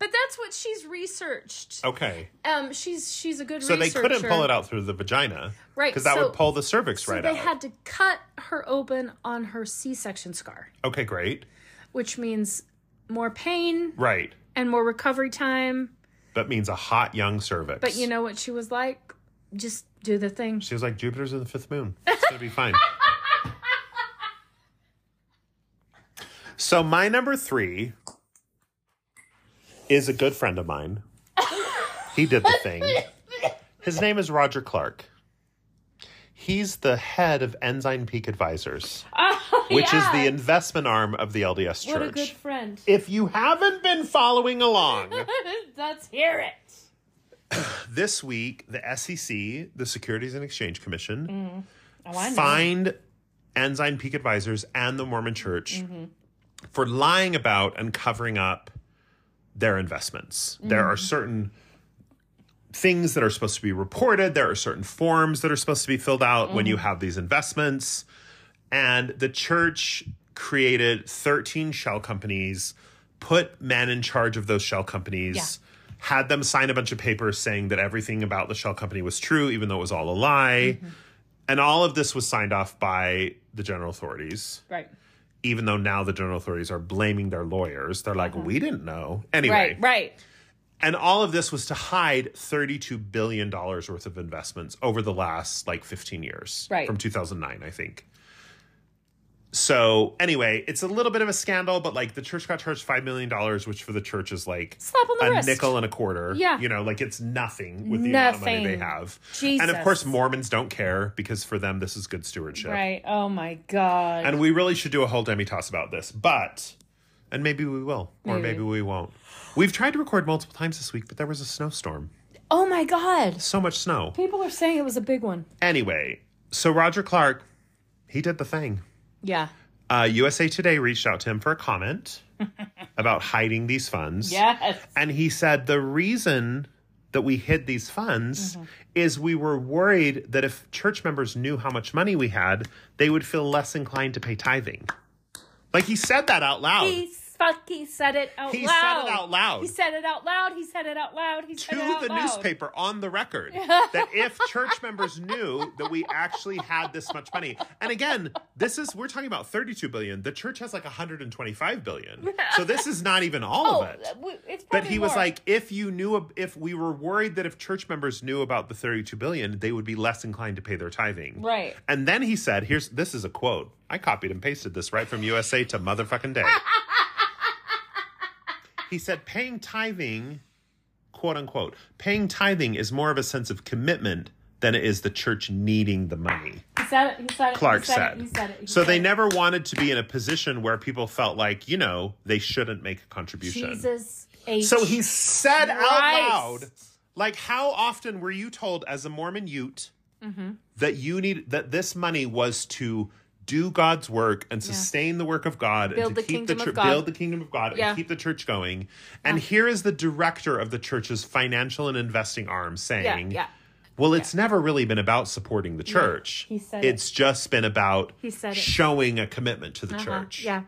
Speaker 3: but that's what she's researched.
Speaker 1: okay.
Speaker 3: Um, she's she's a good
Speaker 1: Oh. So
Speaker 3: researcher.
Speaker 1: they couldn't pull it out through the vagina,
Speaker 3: Right,
Speaker 1: Because that
Speaker 3: so-
Speaker 1: would pull the cervix
Speaker 3: So
Speaker 1: right
Speaker 3: they
Speaker 1: out.
Speaker 3: had to cut her open on her C-section scar,
Speaker 1: okay, great.
Speaker 3: which means more pain
Speaker 1: Right.
Speaker 3: and more recovery time.
Speaker 1: That means a hot young cervix.
Speaker 3: But you know what she was like? Just do the thing.
Speaker 1: she was like, "Jupiter's in the fifth moon. It's gonna be fine." so my number three is a good friend of mine. He did the thing. His name is Roger Clark. He's the head of Enzyme Peak Advisors, which is the investment arm of the LDS Church.
Speaker 3: Oh, What a good friend.
Speaker 1: If you haven't been following along,
Speaker 3: Let's hear it.
Speaker 1: this week the SEC, the Securities and Exchange Commission,
Speaker 3: Mm. Oh, I know.
Speaker 1: fined Ensign Peak Advisors and the Mormon Church
Speaker 3: Mm-hmm.
Speaker 1: for lying about and covering up their investments. There
Speaker 3: Mm-hmm.
Speaker 1: are certain things that are supposed to be reported, there are certain forms that are supposed to be filled out when
Speaker 3: Mm-hmm.
Speaker 1: you have these investments. And the church created 13 shell companies, put men in charge of those shell companies, had them sign a bunch of papers saying that everything about the shell company was true, even though it was all a lie. And all of this was signed off by the general authorities,
Speaker 3: Right.
Speaker 1: even though now the general authorities are blaming their lawyers. They're like, we didn't know. Anyway,
Speaker 3: Right. Right.
Speaker 1: and all of this was to hide $32 billion worth of investments over the last like 15 years
Speaker 3: Right.
Speaker 1: from 2009 i think so anyway it's a little bit of a scandal but like the church got charged $5 million which for the church is like
Speaker 3: Slap on the
Speaker 1: a
Speaker 3: wrist.
Speaker 1: nickel and a quarter
Speaker 3: Yeah.
Speaker 1: you know like it's nothing with the amount of money
Speaker 3: Nothing.
Speaker 1: they have and
Speaker 3: Jesus.
Speaker 1: of course mormons don't care because for them this is good stewardship
Speaker 3: Right. Oh my god.
Speaker 1: and we really should do a whole demi-toss about this but and maybe we will or
Speaker 3: Maybe.
Speaker 1: maybe we won't we've tried to record multiple times this week but there was a snowstorm
Speaker 3: oh my god.
Speaker 1: so much snow.
Speaker 3: People are saying it was a big one.
Speaker 1: Anyway, so Roger Clark, he did the thing.
Speaker 3: Yeah.
Speaker 1: Uh, USA Today reached out to him for a comment about hiding these funds.
Speaker 3: Yes.
Speaker 1: And he said the reason that we hid these funds
Speaker 3: Mm-hmm.
Speaker 1: is we were worried that if church members knew how much money we had, they would feel less inclined to pay tithing. Like he said that out loud.
Speaker 3: He fucking said it out
Speaker 1: He said
Speaker 3: loud.
Speaker 1: it out loud.
Speaker 3: He said it out loud. He said it out loud. He said
Speaker 1: to
Speaker 3: it out
Speaker 1: the
Speaker 3: loud.
Speaker 1: newspaper on the record that if church members knew that we actually had this much money and again this is we're talking about 32 billion the church has like 125 billion so this is not even all
Speaker 3: Oh,
Speaker 1: of it
Speaker 3: w- it's
Speaker 1: but
Speaker 3: probably
Speaker 1: he was
Speaker 3: more.
Speaker 1: like if you knew ab- if we were worried that if church members knew about the 32 billion they would be less inclined to pay their tithing
Speaker 3: Right.
Speaker 1: and then he said here's this is a quote i copied and pasted this right from usa to motherfucking day he said paying tithing quote unquote paying tithing is more of a sense of commitment than it is the church needing the money
Speaker 3: He said it. He said it.
Speaker 1: clark
Speaker 3: he said,
Speaker 1: said,
Speaker 3: It, he said it. He
Speaker 1: so
Speaker 3: said
Speaker 1: they
Speaker 3: it.
Speaker 1: never wanted to be in a position where people felt like you know they shouldn't make a contribution
Speaker 3: Jesus. H.
Speaker 1: so he said
Speaker 3: Christ.
Speaker 1: out loud, like, how often were you told as a Mormon Ute
Speaker 3: Mm-hmm.
Speaker 1: that you need that this money was to do God's work and sustain the work of God
Speaker 3: Build
Speaker 1: and
Speaker 3: the
Speaker 1: to keep
Speaker 3: kingdom
Speaker 1: the
Speaker 3: of
Speaker 1: chur-
Speaker 3: God.
Speaker 1: build the kingdom of God
Speaker 3: Yeah.
Speaker 1: and keep the church going? And here is the director of the church's financial and investing arm
Speaker 3: Yeah.
Speaker 1: saying,
Speaker 3: Yeah.
Speaker 1: Well, it's never really been about supporting the church.
Speaker 3: he said it.
Speaker 1: it's just been about
Speaker 3: He said it.
Speaker 1: showing a commitment to the
Speaker 3: Uh-huh.
Speaker 1: church
Speaker 3: Yeah.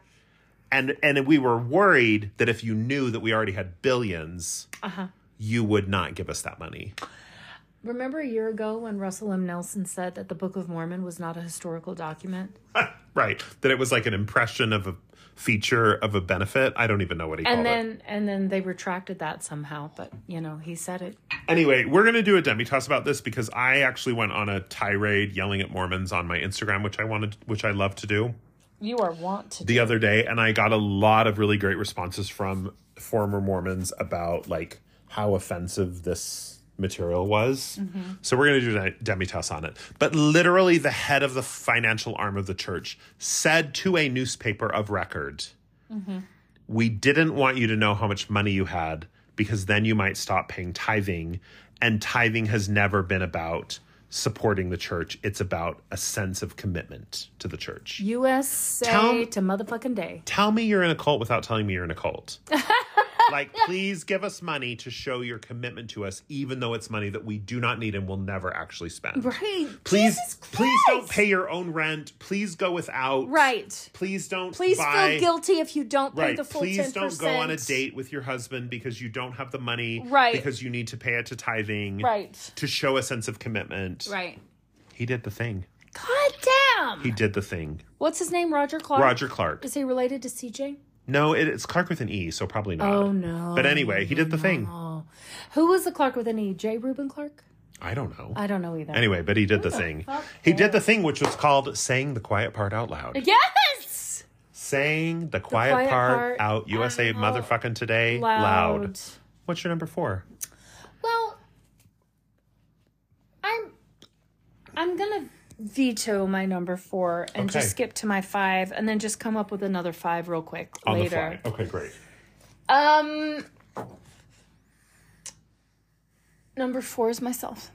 Speaker 1: and and we were worried that if you knew that we already had 1000000000s
Speaker 3: Uh-huh.
Speaker 1: you would not give us that money.
Speaker 3: Remember a year ago when Russell M. Nelson said that the Book of Mormon was not a historical document?
Speaker 1: right. That it was like an impression of a feature of a benefit. I don't even know what he
Speaker 3: And
Speaker 1: called
Speaker 3: then
Speaker 1: it.
Speaker 3: and then they retracted that somehow, but you know, he said it.
Speaker 1: Anyway, we're going to do a demi toss about this because I actually went on a tirade yelling at Mormons on my Instagram, which I wanted, which I love to do.
Speaker 3: You are want to
Speaker 1: the other day and I got a lot of really great responses from former Mormons about like how offensive this material was. So we're going to do a demitasse on it. But literally the head of the financial arm of the church said to a newspaper of record, "We didn't want you to know how much money you had because then you might stop paying tithing and tithing has never been about supporting the church. It's about a sense of commitment to the church.
Speaker 2: USA
Speaker 1: Tell-
Speaker 2: to motherfucking day.
Speaker 1: Tell me you're in a cult without telling me you're in a cult. like, please give us money to show your commitment to us, even though it's money that we do not need and will never actually spend.
Speaker 3: Right.
Speaker 1: Please,
Speaker 3: Jesus
Speaker 1: please don't
Speaker 3: Christ.
Speaker 1: pay your own rent. Please go without.
Speaker 3: Right.
Speaker 1: Please don't.
Speaker 3: Please
Speaker 1: buy,
Speaker 3: feel guilty if you don't pay
Speaker 1: Right.
Speaker 3: the full
Speaker 1: Please
Speaker 3: 10%.
Speaker 1: do not go on a date with your husband because you don't have the money.
Speaker 3: Right.
Speaker 1: Because you need to pay it to tithing.
Speaker 3: Right.
Speaker 1: To show a sense of commitment.
Speaker 3: Right.
Speaker 1: He did the thing.
Speaker 3: God damn.
Speaker 1: He did the thing.
Speaker 3: What's his name? Roger Clark?
Speaker 1: Roger Clark.
Speaker 3: Is he related to CJ?
Speaker 1: No, it, it's Clark with an E, so probably not.
Speaker 3: Oh, no.
Speaker 1: But anyway, he did the thing.
Speaker 3: Who was the Clark with an E? J. Reuben Clark?
Speaker 1: I don't know.
Speaker 3: I don't know either.
Speaker 1: Anyway, but he did the thing.
Speaker 3: fuck
Speaker 1: He did the thing, which was called saying the quiet part out loud.
Speaker 3: Yes!
Speaker 1: Saying the quiet,
Speaker 3: quiet
Speaker 1: part,
Speaker 3: part
Speaker 1: out, USA
Speaker 3: out
Speaker 1: motherfucking today loud.
Speaker 3: Loud.
Speaker 1: What's your number four?
Speaker 3: Well, I'm I'm gonna veto my number four and
Speaker 1: Okay.
Speaker 3: just skip to my five, and then just come up with another five real quick
Speaker 1: On
Speaker 3: later.
Speaker 1: the fly. Okay, great.
Speaker 3: Um, number four is myself.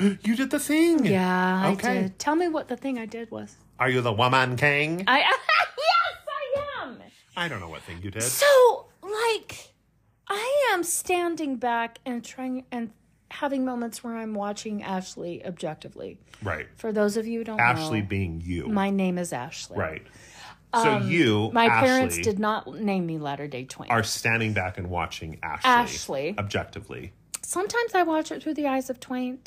Speaker 1: You did the thing.
Speaker 3: Yeah,
Speaker 1: Okay.
Speaker 3: I did. Tell me what the thing I did was.
Speaker 1: Are you the woman king?
Speaker 3: I yes, I am.
Speaker 1: I don't know what thing you did.
Speaker 3: So like, I am standing back and trying and having moments where I'm watching Ashley objectively.
Speaker 1: Right.
Speaker 3: For those of you who don't
Speaker 1: Ashley
Speaker 3: know,
Speaker 1: being you.
Speaker 3: my name is Ashley.
Speaker 1: right. So you,
Speaker 3: My
Speaker 1: Ashley,
Speaker 3: parents did not name me Latter Day Twain.
Speaker 1: are standing back and watching Ashley.
Speaker 3: Ashley.
Speaker 1: Objectively.
Speaker 3: Sometimes I watch it through the eyes of Twain.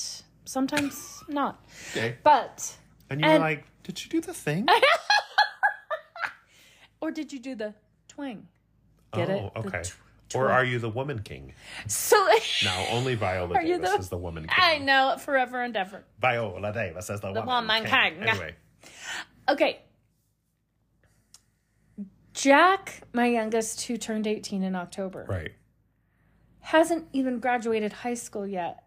Speaker 3: Sometimes not.
Speaker 1: Okay.
Speaker 3: But
Speaker 1: And you're
Speaker 3: And-
Speaker 1: like, did you do the thing?
Speaker 3: or did you do the twang? Get
Speaker 1: oh,
Speaker 3: it? The
Speaker 1: okay.
Speaker 3: tw-
Speaker 1: or are you the woman king?
Speaker 3: So
Speaker 1: No, only Viola
Speaker 3: you
Speaker 1: Davis
Speaker 3: the-
Speaker 1: is the woman king.
Speaker 3: I know forever and ever.
Speaker 1: Viola Davis is the, woman,
Speaker 3: woman
Speaker 1: king.
Speaker 3: king.
Speaker 1: Anyway,
Speaker 3: Okay. Jack, my youngest, who turned 18 in October,
Speaker 1: right.
Speaker 3: hasn't even graduated high school yet.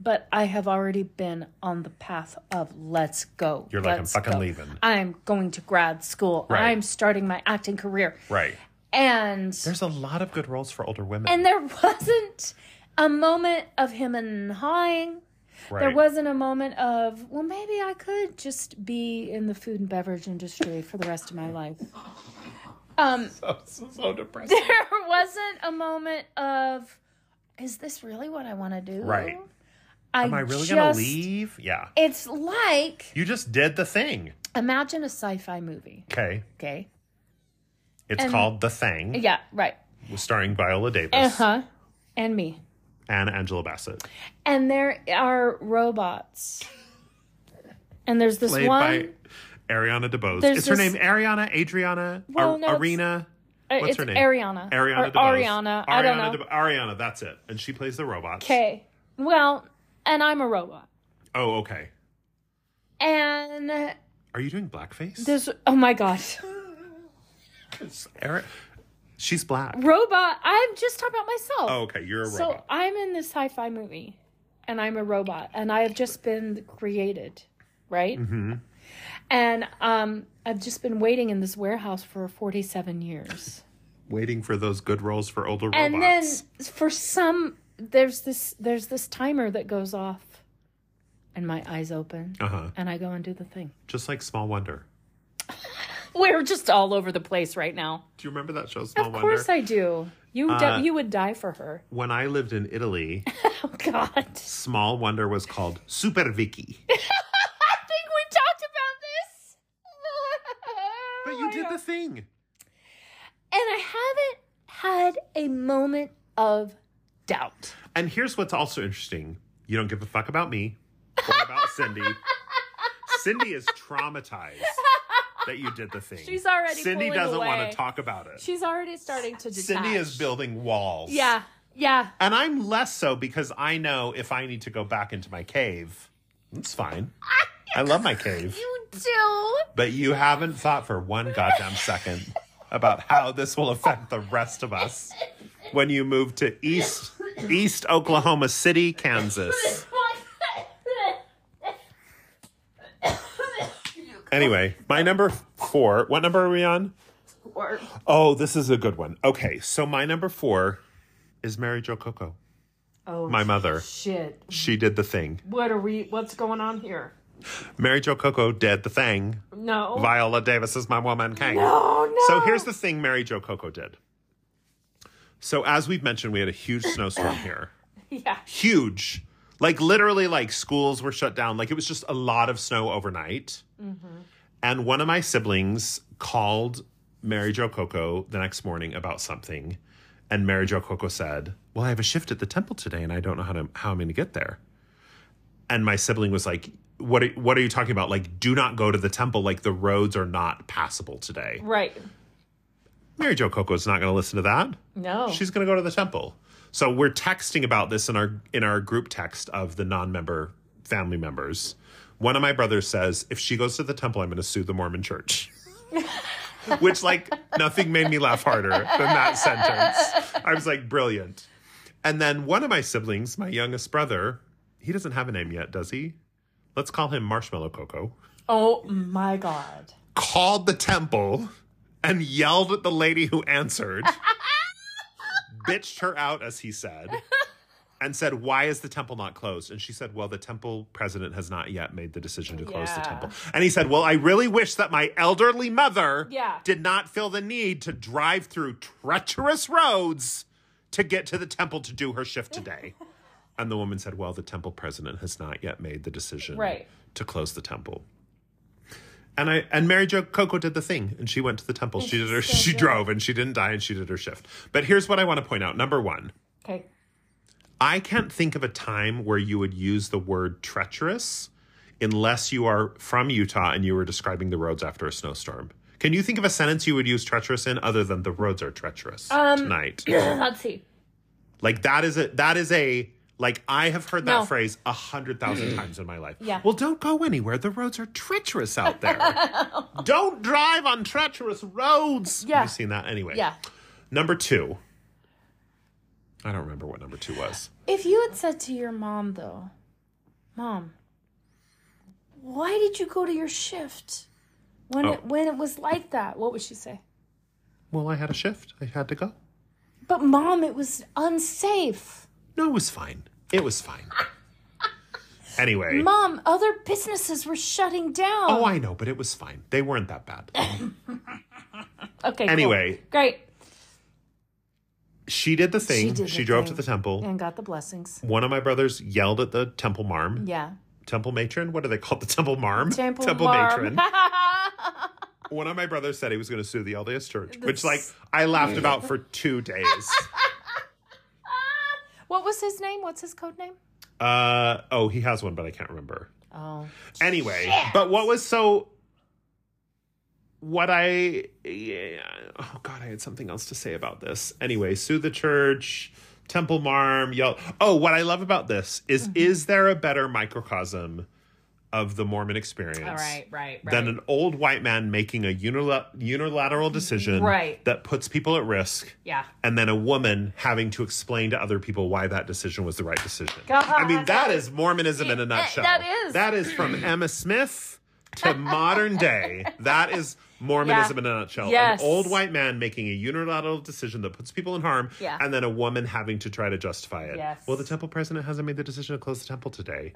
Speaker 3: But I have already been on the path of let's go.
Speaker 1: You're like, I'm
Speaker 3: let's
Speaker 1: fucking
Speaker 3: go.
Speaker 1: leaving.
Speaker 3: I'm going to grad school.
Speaker 1: Right.
Speaker 3: I'm starting my acting career.
Speaker 1: Right.
Speaker 3: And
Speaker 1: There's a lot of good roles for older women.
Speaker 3: and there wasn't a moment of him and hawing.
Speaker 1: right.
Speaker 3: There wasn't a moment of, well, maybe I could just be in the food and beverage industry for the rest of my life. Um,
Speaker 1: so, so, so depressing.
Speaker 3: there wasn't a moment of, is this really what I want to do?
Speaker 1: Right.
Speaker 3: I
Speaker 1: Am I really gonna
Speaker 3: just-
Speaker 1: leave? Yeah.
Speaker 3: It's like
Speaker 1: You just did the thing.
Speaker 3: imagine a sci-fi movie.
Speaker 1: Okay.
Speaker 3: Okay.
Speaker 1: It's
Speaker 3: And-
Speaker 1: called The Thing,
Speaker 3: Yeah. Right.
Speaker 1: starring Viola
Speaker 3: Uh
Speaker 1: Davis
Speaker 3: huh. And me.
Speaker 1: and Angela Bassett.
Speaker 3: And there are robots. And there's this
Speaker 1: Played
Speaker 3: one.
Speaker 1: by Ariana DeBose.
Speaker 3: There's
Speaker 1: Is her
Speaker 3: this-
Speaker 1: name Ariana, Adriana,
Speaker 3: Well,
Speaker 1: Ar-
Speaker 3: no, it's-
Speaker 1: Arena?
Speaker 3: Uh,
Speaker 1: What's
Speaker 3: it's
Speaker 1: her name?
Speaker 3: Ariana.
Speaker 1: Ariana
Speaker 3: Or
Speaker 1: DeBose.
Speaker 3: Ariana. I don't
Speaker 1: Ariana
Speaker 3: know.
Speaker 1: DeB- Ariana, that's it. And she plays the robot.
Speaker 3: okay. Well, and I'm a robot.
Speaker 1: Oh, okay.
Speaker 3: And
Speaker 1: Are you doing blackface?
Speaker 3: there's oh my god,
Speaker 1: It's Ari- She's black.
Speaker 3: robot. I'm just talking about myself.
Speaker 1: Oh, okay. You're a
Speaker 3: so
Speaker 1: robot.
Speaker 3: I'm in this sci-fi movie, and I'm a robot, and I have just been created, right? Mm-hmm. And um, I've just been waiting in this warehouse for 47 years.
Speaker 1: Waiting for those good roles for older
Speaker 3: and then
Speaker 1: robots.
Speaker 3: for some there's this there's this timer that goes off and my eyes open
Speaker 1: uh-huh.
Speaker 3: and i go and do the thing
Speaker 1: Just like Small Wonder.
Speaker 3: we're just all over the place right now
Speaker 1: Do you remember that show, Small
Speaker 3: of
Speaker 1: Wonder?
Speaker 3: course i do you de-
Speaker 1: Uh,
Speaker 3: you would die for her
Speaker 1: when I lived in Italy,
Speaker 3: oh god i think we
Speaker 1: Small Wonder was called Super Vicky.
Speaker 3: talked about this Oh,
Speaker 1: But you did the thing.
Speaker 3: and i haven't had a moment of doubt
Speaker 1: And here's what's also interesting you don't give a fuck about me or about Cindy. Cindy is traumatized that you did the thing.
Speaker 3: She's already
Speaker 1: Cindy
Speaker 3: pulling
Speaker 1: doesn't want
Speaker 3: away.
Speaker 1: to talk about it.
Speaker 3: she's already starting to detach.
Speaker 1: Cindy is building walls.
Speaker 3: yeah yeah
Speaker 1: And I'm less so because I know if I need to go back into my cave, it's fine. I love my cave.
Speaker 3: you do
Speaker 1: But you haven't thought for one goddamn second about how this will affect the rest of us when you move to East East Oklahoma City, Kansas. Anyway, my number 4, what number are we on?
Speaker 3: or
Speaker 1: Oh, this is a good one. Okay, so my number 4 is Mary Jo Coco.
Speaker 3: Oh,
Speaker 1: my mother.
Speaker 3: shit.
Speaker 1: She did the thing.
Speaker 3: What are we? What's going on here?
Speaker 1: Mary Jo Coco did the thing.
Speaker 3: No.
Speaker 1: Viola Davis is my woman king.
Speaker 3: oh no.
Speaker 1: So here's the thing Mary Jo Coco did. So as we've mentioned, we had a huge snowstorm here.
Speaker 3: yeah.
Speaker 1: Huge. Like literally like schools were shut down. Like it was just a lot of snow overnight. And one of my siblings called Mary Jo Coco the next morning about something. And Mary Jo Coco said, Well, I have a shift at the temple today and I don't know how to how I'm gonna get there. And my sibling was like, What are, what are you talking about? Like, do not go to the temple. Like the roads are not passable today.
Speaker 3: Right.
Speaker 1: Mary Jo Coco's not going to listen to that.
Speaker 3: No.
Speaker 1: She's going to go to the temple. So we're texting about this in our in our group text of the non-member family members. One of my brothers says, "If she goes to the temple, I'm going to sue the Mormon Church." Which like nothing made me laugh harder than that sentence. I was like, "Brilliant." And then one of my siblings, my youngest brother, he doesn't have a name yet, does he? Let's call him Marshmallow Coco
Speaker 3: oh my god.
Speaker 1: called the temple and yelled at the lady who answered, bitched her out, as he said, and said, Why is the temple not closed? And she said, Well, the temple president has not yet made the decision to close the
Speaker 3: Yeah.
Speaker 1: temple. And he said, Well, I really wish that my elderly mother
Speaker 3: Yeah.
Speaker 1: did not feel the need to drive through treacherous roads to get to the temple to do her shift today. And the woman said, Well, the temple president has not yet made the decision
Speaker 3: Right.
Speaker 1: to close the temple. And I and Mary Jo Coco did the thing, and she went to the temple. She did her.
Speaker 3: so
Speaker 1: She
Speaker 3: good.
Speaker 1: drove, and she didn't die, and she did her shift. But here's what I want to point out: number one,
Speaker 3: Okay.
Speaker 1: I can't think of a time where you would use the word treacherous, unless you are from Utah and you were describing the roads after a snowstorm. Can you think of a sentence you would use treacherous in other than the roads are treacherous
Speaker 3: Um,
Speaker 1: tonight?
Speaker 3: Let's see.
Speaker 1: Like that is a that is a like I have heard that
Speaker 3: No.
Speaker 1: phrase a hundred thousand times in my life.
Speaker 3: Yeah.
Speaker 1: Well, don't go anywhere. The roads are treacherous out there. don't drive on treacherous roads.
Speaker 3: Yeah.
Speaker 1: You've seen that anyway.
Speaker 3: Yeah.
Speaker 1: Number two. I don't remember what number two was.
Speaker 3: If you had said to your mom though, Mom, why did you go to your shift? When
Speaker 1: Oh.
Speaker 3: it when it was like that, what would she say?
Speaker 1: Well, I had a shift. I had to go.
Speaker 3: But mom, it was unsafe.
Speaker 1: No, it was fine. It was fine. anyway.
Speaker 3: Mom, other businesses were shutting down.
Speaker 1: oh, I know, but it was fine. They weren't that bad.
Speaker 3: okay. cool.
Speaker 1: anyway.
Speaker 3: Great.
Speaker 1: She did the thing. She,
Speaker 3: did the
Speaker 1: drove
Speaker 3: thing.
Speaker 1: to the temple.
Speaker 3: And got the blessings.
Speaker 1: One of my brothers yelled at the temple marm.
Speaker 3: Yeah.
Speaker 1: temple matron. What are they called? The temple marm.
Speaker 3: Temple, marm.
Speaker 1: One of my brothers said he was going to sue the LDS Church, which like I laughed about for two days.
Speaker 3: what was his name? What's his code name?
Speaker 1: Uh, oh, he has one, but I can't remember.
Speaker 3: Oh.
Speaker 1: Anyway, but what was so? What I yeah, oh god, I had something else to say about this. Anyway, sue the church. Temple Marm, yell. Oh, what I love about this is
Speaker 3: Mm-hmm.
Speaker 1: is there a better microcosm of the Mormon experience?
Speaker 3: All right, right, right.
Speaker 1: than an old white man making a unila- unilateral decision
Speaker 3: Right.
Speaker 1: that puts people at risk
Speaker 3: yeah.
Speaker 1: and then a woman having to explain to other people why that decision was the right decision.
Speaker 3: God.
Speaker 1: I mean, that is Mormonism in a nutshell.
Speaker 3: that is.
Speaker 1: That is from Emma Smith to modern day. That is Mormonism
Speaker 3: Yeah.
Speaker 1: in a nutshell.
Speaker 3: Yes.
Speaker 1: An old white man making a unilateral decision that puts people in harm,
Speaker 3: Yeah.
Speaker 1: and then a woman having to try to justify it.
Speaker 3: Yes.
Speaker 1: Well, the temple president hasn't made the decision to close the temple today.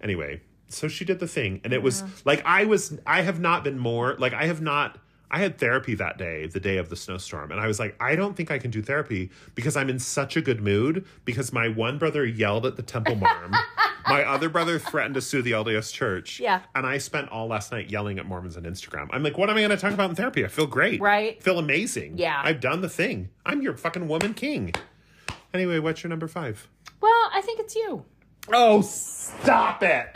Speaker 1: Anyway, so she did the thing, and it was like I was. I have not been more like I have not. I had therapy that day, the day of the snowstorm, and I was like, I don't think I can do therapy because I'm in such a good mood because my one brother yelled at the temple marm. My other brother threatened to sue the LDS church.
Speaker 3: Yeah.
Speaker 1: And I spent all last night yelling at Mormons on Instagram. I'm like, what am I going to talk about in therapy? I feel great.
Speaker 3: Right.
Speaker 1: Feel amazing.
Speaker 3: Yeah.
Speaker 1: I've done the thing. I'm your fucking woman king. Anyway, what's your number five?
Speaker 3: Well, I think it's you.
Speaker 1: Oh, stop it.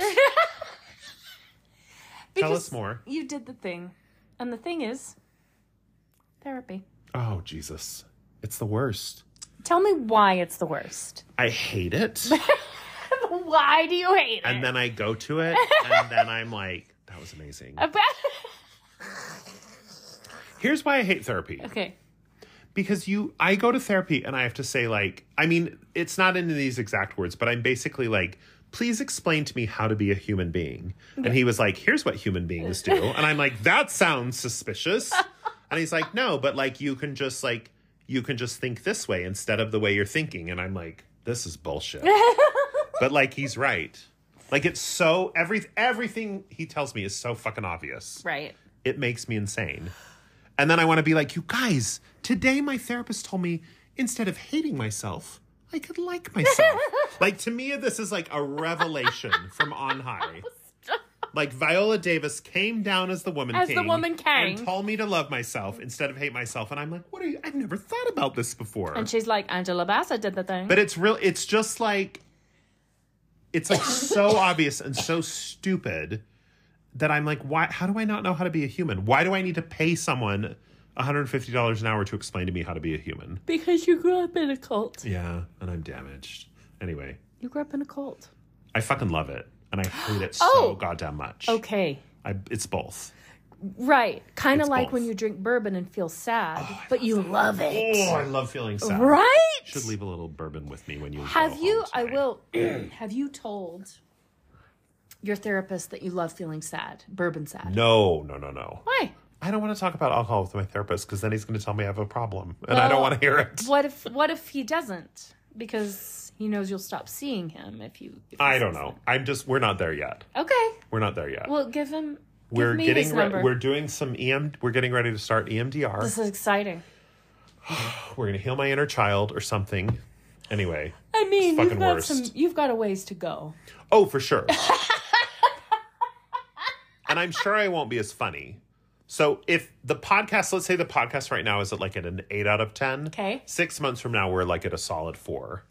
Speaker 1: Tell us
Speaker 3: Because
Speaker 1: more.
Speaker 3: You did the thing. And the thing is therapy.
Speaker 1: Oh, Jesus. It's the worst.
Speaker 3: Tell me why it's the worst.
Speaker 1: I hate it.
Speaker 3: Why do you hate
Speaker 1: and then I go to it, and then I'm like, that was amazing. Here's why I hate therapy.
Speaker 3: okay.
Speaker 1: Because you, I go to therapy and I have to say, like, I mean, it's not in these exact words, but I'm basically like, please explain to me how to be a human being. And he was like, here's what human beings do. And I'm like, that sounds suspicious. And he's like, no, but like, you can just, like, you can just think this way instead of the way you're thinking. And I'm like, this is bullshit. but like he's right. Like it's so every everything he tells me is so fucking obvious.
Speaker 2: Right.
Speaker 1: It makes me insane. And then I want to be like, you guys, today my therapist told me instead of hating myself, I could like myself. like to me, this is like a revelation from on high. Like Viola Davis came down as the woman
Speaker 2: As the
Speaker 1: king,
Speaker 2: woman king.
Speaker 1: and told me to love myself instead of hate myself, and I'm like, what are you? I've never thought about this before.
Speaker 2: And she's like, Angela Bassett did the thing.
Speaker 1: But it's real. It's just like it's like so obvious and so stupid that I'm like, why? How do I not know how to be a human? Why do I need to pay someone 150 dollars an hour to explain to me how to be a human?
Speaker 2: because you grew up in a cult.
Speaker 1: Yeah, and I'm damaged. Anyway,
Speaker 2: You grew up in a cult.
Speaker 1: I fucking love it, and I hate it so
Speaker 2: Oh!
Speaker 1: goddamn much.
Speaker 2: Okay.
Speaker 1: I, it's both.
Speaker 3: Right. Kind of
Speaker 1: It's
Speaker 3: like
Speaker 1: both.
Speaker 3: when you drink bourbon and feel sad, but you love it.
Speaker 1: Oh, I love feeling sad.
Speaker 3: Right?
Speaker 1: Should leave a little bourbon with me when you
Speaker 3: Have
Speaker 1: go
Speaker 3: you
Speaker 1: home
Speaker 3: I
Speaker 1: today.
Speaker 3: will have you told your therapist that you love feeling sad, bourbon sad?
Speaker 1: No, no, no, no.
Speaker 3: Why?
Speaker 1: I don't want to talk about alcohol with my therapist because then he's going to tell me I have a problem, and I don't
Speaker 3: Well-
Speaker 1: want to hear it.
Speaker 3: What if what if he doesn't? Because he knows you'll stop seeing him if you if
Speaker 1: I
Speaker 3: you-
Speaker 1: don't know. I'm just we're not there yet.
Speaker 3: Okay.
Speaker 1: We're not there yet.
Speaker 3: Well, give him give
Speaker 1: we're
Speaker 3: me
Speaker 1: getting
Speaker 3: his
Speaker 1: re-
Speaker 3: number.
Speaker 1: we're doing some EM we're getting ready to start E EMDR.
Speaker 3: this is exciting.
Speaker 1: we're going to heal my inner child or something. Anyway.
Speaker 3: I mean,
Speaker 1: fucking
Speaker 3: you've got
Speaker 1: worst.
Speaker 3: some you've got a ways to go.
Speaker 1: Oh, for sure. and I'm sure I won't be as funny. So if the podcast, let's say the podcast right now is at like at an 8 out of 10.
Speaker 3: Okay.
Speaker 1: 6 months from now we're like at a solid 4.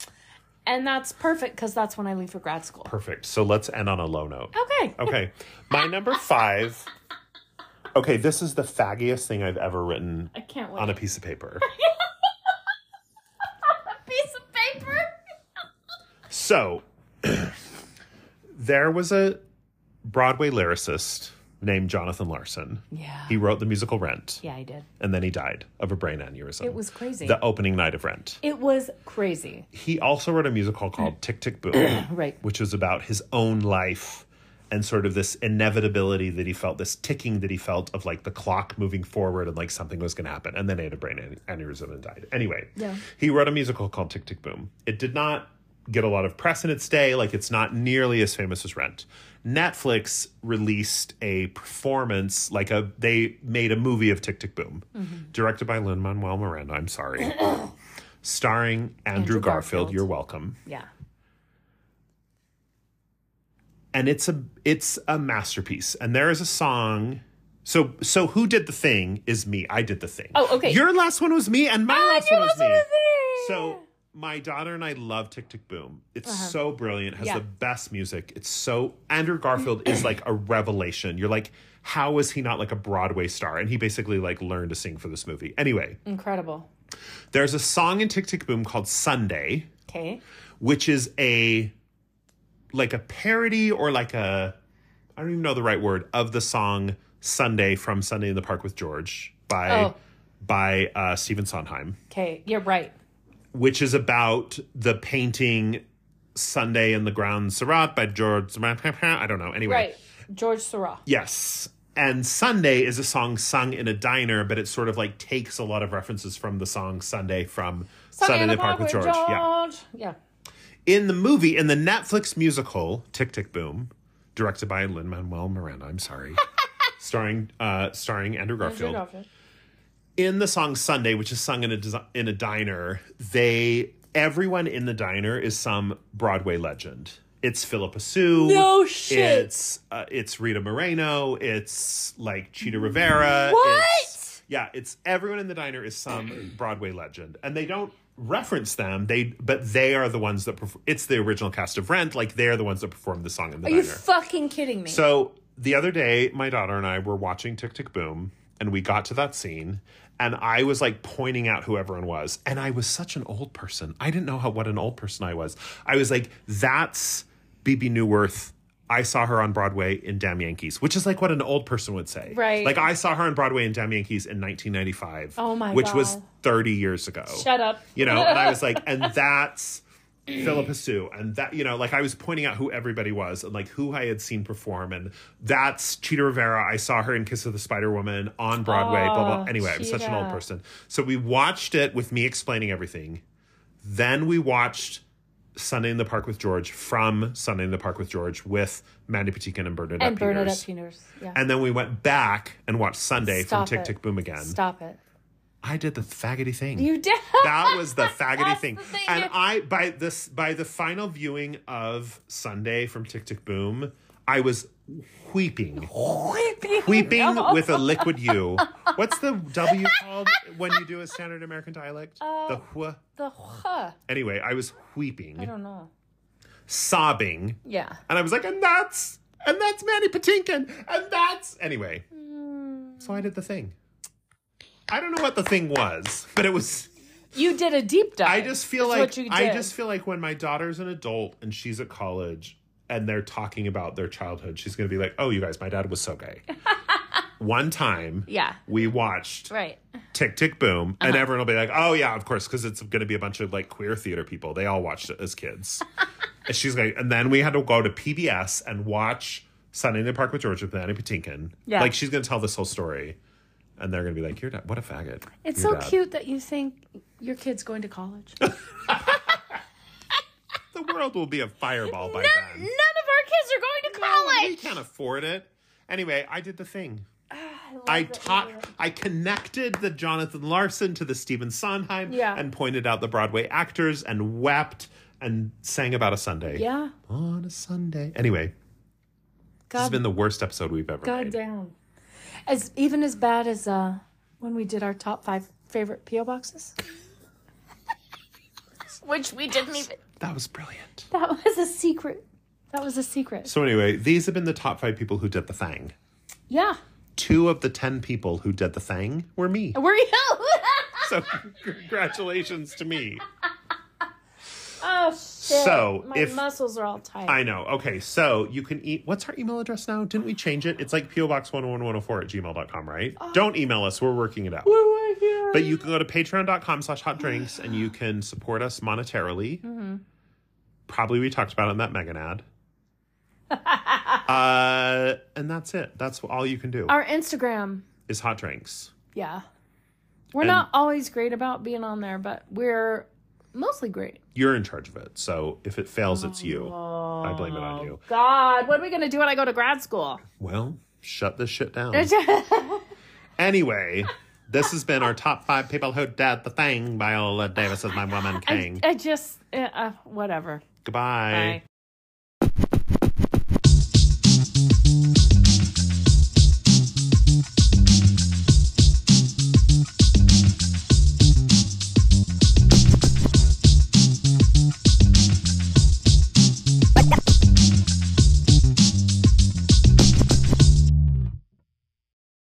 Speaker 3: And that's perfect cuz that's when I leave for grad school.
Speaker 1: Perfect. So let's end on a low note.
Speaker 3: Okay.
Speaker 1: Okay. My number 5. Okay, this is the faggiest thing I've ever written
Speaker 3: I can't wait.
Speaker 1: on a piece of paper.
Speaker 2: Piece of paper.
Speaker 1: So there was a Broadway lyricist named Jonathan Larson.
Speaker 3: yeah.
Speaker 1: He wrote the musical Rent,
Speaker 3: Yeah, I did.
Speaker 1: and then he died of a brain aneurysm.
Speaker 3: It was crazy.
Speaker 1: the opening night of Rent.
Speaker 3: it was crazy.
Speaker 1: He also wrote a musical called Tick Tick Boom,
Speaker 3: Mm. Right.
Speaker 1: which was about his own life and sort of this inevitability that he felt, this ticking that he felt of like the clock moving forward and like something was going to happen. And then he had a brain ane- aneurysm and died. Anyway,
Speaker 3: Yeah.
Speaker 1: he wrote a musical called Tick Tick Boom. It did not get a lot of press in its day. Like it's not nearly as famous as Rent. Netflix released a performance, like a they made a movie of Tick Tick Boom,
Speaker 3: Mm-hmm.
Speaker 1: directed by Lin Manuel Miranda. I'm sorry, starring Andrew,
Speaker 3: Andrew
Speaker 1: Garfield.
Speaker 3: Garfield.
Speaker 1: You're welcome
Speaker 3: Yeah.
Speaker 1: and it's a it's a masterpiece. And there is a song. So so who did the thing is me. I did the thing.
Speaker 3: Oh, okay. Oh,
Speaker 1: Your last one was me, and my last
Speaker 3: your
Speaker 1: one was
Speaker 3: last one
Speaker 1: me.
Speaker 3: was me. Uh-huh.
Speaker 1: So my daughter and I love Tick Tick Boom. It's so brilliant. Has
Speaker 3: Yeah.
Speaker 1: the best music. It's so Andrew Garfield is like a revelation. You're like, how is he not like a Broadway star? And he basically like learned to sing for this movie. Anyway,
Speaker 3: Incredible.
Speaker 1: there's a song in Tick Tick Boom called Sunday
Speaker 3: Okay.
Speaker 1: which is a like a parody or like a I don't even know the right word of the song Sunday from Sunday in the Park with George by
Speaker 3: Oh.
Speaker 1: by uh, Stephen Sondheim,
Speaker 3: Okay. You're right.
Speaker 1: which is about the painting Sunday in the Ground Seurat by George. I don't know. Anyway,
Speaker 3: Right. George Seurat.
Speaker 1: Yes. And Sunday is a song sung in a diner, but it sort of like takes a lot of references from the song Sunday from Sunday, in the Park, with George. Yeah
Speaker 3: Yeah.
Speaker 1: in the movie, in the Netflix musical Tick Tick Boom, directed by Lin Manuel Miranda. I'm sorry, starring uh, starring Andrew Garfield. In the song Sunday, which is sung in a desi- in a diner, they everyone in the diner is some Broadway legend. It's Philippa Sue.
Speaker 3: No shit.
Speaker 1: It's uh, it's Rita Moreno. It's like Cheetah Rivera.
Speaker 3: What?
Speaker 1: It's, yeah, it's everyone in the diner is some Broadway legend, and they don't reference them. They but they are the ones that perf- it's the original cast of Rent. Like they are the ones that performed the song in the
Speaker 3: Are
Speaker 1: diner.
Speaker 3: you fucking kidding me?
Speaker 1: So the other day, my daughter and I were watching Tick Tick Boom, and we got to that scene, and I was like pointing out who everyone was, and I was such an old person. I didn't know how what an old person I was. I was like, "That's BB Newworth." I saw her on Broadway in Damn Yankees, which is like what an old person would say.
Speaker 3: Right.
Speaker 1: Like I saw her on Broadway in Damn Yankees in 1995.
Speaker 3: Oh my
Speaker 1: Which was
Speaker 3: God.
Speaker 1: 30 years ago
Speaker 3: Shut up.
Speaker 1: you know and i was like and that's philippa sue and that you know like i was pointing out who everybody was and like who i had seen perform and that's cheetah rivera i saw her in kiss of the spider woman on broadway blah blah
Speaker 3: Oh,
Speaker 1: anyway i'm such an old
Speaker 3: Cheetah.
Speaker 1: person so we watched it with me explaining everything then we watched Sunday in the Park with George from Sunday in the Park with George with Mandy Patinkin and Bernadette
Speaker 2: and
Speaker 1: Peters.
Speaker 2: Bernadette Peters. Yeah.
Speaker 1: And then we went back and watched Sunday
Speaker 2: Stop
Speaker 1: from Tick
Speaker 2: it.
Speaker 1: Tick Boom again.
Speaker 2: Stop it.
Speaker 1: I did the faggoty thing.
Speaker 2: You did.
Speaker 1: that was the faggoty
Speaker 2: That's
Speaker 1: thing.
Speaker 2: the thing
Speaker 1: And
Speaker 2: you-
Speaker 1: I by this by the final viewing of Sunday from Tick Tick Boom, I was weeping.
Speaker 2: Weeping.
Speaker 1: Weeping with a liquid U. What's the W called when you do a standard American dialect?
Speaker 2: Uh,
Speaker 1: the wha.
Speaker 2: the huh.
Speaker 1: Anyway, I was
Speaker 2: I
Speaker 1: weeping,
Speaker 2: don't know.
Speaker 1: sobbing,
Speaker 2: Yeah.
Speaker 1: and I was like, and that's and that's Manny Patinkin, and that's anyway.
Speaker 2: Hmm.
Speaker 1: So I did the thing. I don't know what the thing was, but it was.
Speaker 2: You did a deep dive.
Speaker 1: I just feel
Speaker 2: That's what
Speaker 1: like
Speaker 2: you
Speaker 1: I
Speaker 2: did.
Speaker 1: just feel like when my daughter's an adult and she's at college and they're talking about their childhood, she's gonna be like, "Oh, you guys, my dad was so gay." One time,
Speaker 2: Yeah. Uh-huh.
Speaker 1: we watched
Speaker 2: Right.
Speaker 1: Tick Tick Boom, and everyone will be like, "Oh yeah, of course," because it's going to be a bunch of like queer theater people. They all watched it as kids. and she's like, and then we had to go to PBS and watch Sunday in the Park with George with Annie Patinkin.
Speaker 2: Yeah.
Speaker 1: like she's going to tell this whole story, and they're going to be like, "Your dad, what a faggot."
Speaker 3: It's
Speaker 1: Your
Speaker 3: so
Speaker 1: dad."
Speaker 3: cute that you think your kid's going to college.
Speaker 1: The world will be a fireball by
Speaker 2: None of our
Speaker 1: then.
Speaker 2: kids are going to
Speaker 1: We
Speaker 2: college.
Speaker 1: can't afford it. Anyway, I did the thing.
Speaker 3: Ah,
Speaker 1: I taught. I connected the Jonathan Larson to the Stephen Sondheim,
Speaker 3: Yeah.
Speaker 1: and pointed out the Broadway actors, and wept and sang about a Sunday.
Speaker 3: yeah.
Speaker 1: on a Sunday. Anyway, this has
Speaker 3: God,
Speaker 1: been the worst episode we've ever
Speaker 3: God
Speaker 1: made.
Speaker 3: damn. As even as bad as uh, when we did our top five favorite PO boxes.
Speaker 2: Which we didn't even.
Speaker 1: That was brilliant.
Speaker 3: That was a secret. That was a secret.
Speaker 1: So anyway, these have been the top five people who did the thing.
Speaker 3: Yeah.
Speaker 1: Two of the ten people who did the thing were me.
Speaker 3: Were you?
Speaker 1: So congratulations to me.
Speaker 3: oh shit.
Speaker 1: So,
Speaker 3: my
Speaker 1: if-
Speaker 3: muscles are all tight.
Speaker 1: I know. Okay, so you can eat. What's our email address now? Didn't we change it? It's like PO Box 11104 at gmail.com, right? Don't email us. We're working it out.
Speaker 3: oh my God.
Speaker 1: But you can go to patreon.com slash hot drinks and you can support us monetarily. Probably we talked about it in that Megan ad. uh, and that's it. That's all you can do
Speaker 3: our Instagram.
Speaker 1: is hot drinks.
Speaker 3: Yeah. We're not always great about being on there, but we're mostly great.
Speaker 1: You're in charge of it. So if it fails, it's you. I blame it on you.
Speaker 3: God, what are we gonna do when I go to grad school?
Speaker 1: Well, shut this shit down. Anyway, this has been our top five people who did the thing. Viola Davis is my woman king.
Speaker 3: I just eh, uh, uh, whatever.
Speaker 1: Goodbye.
Speaker 2: Bye.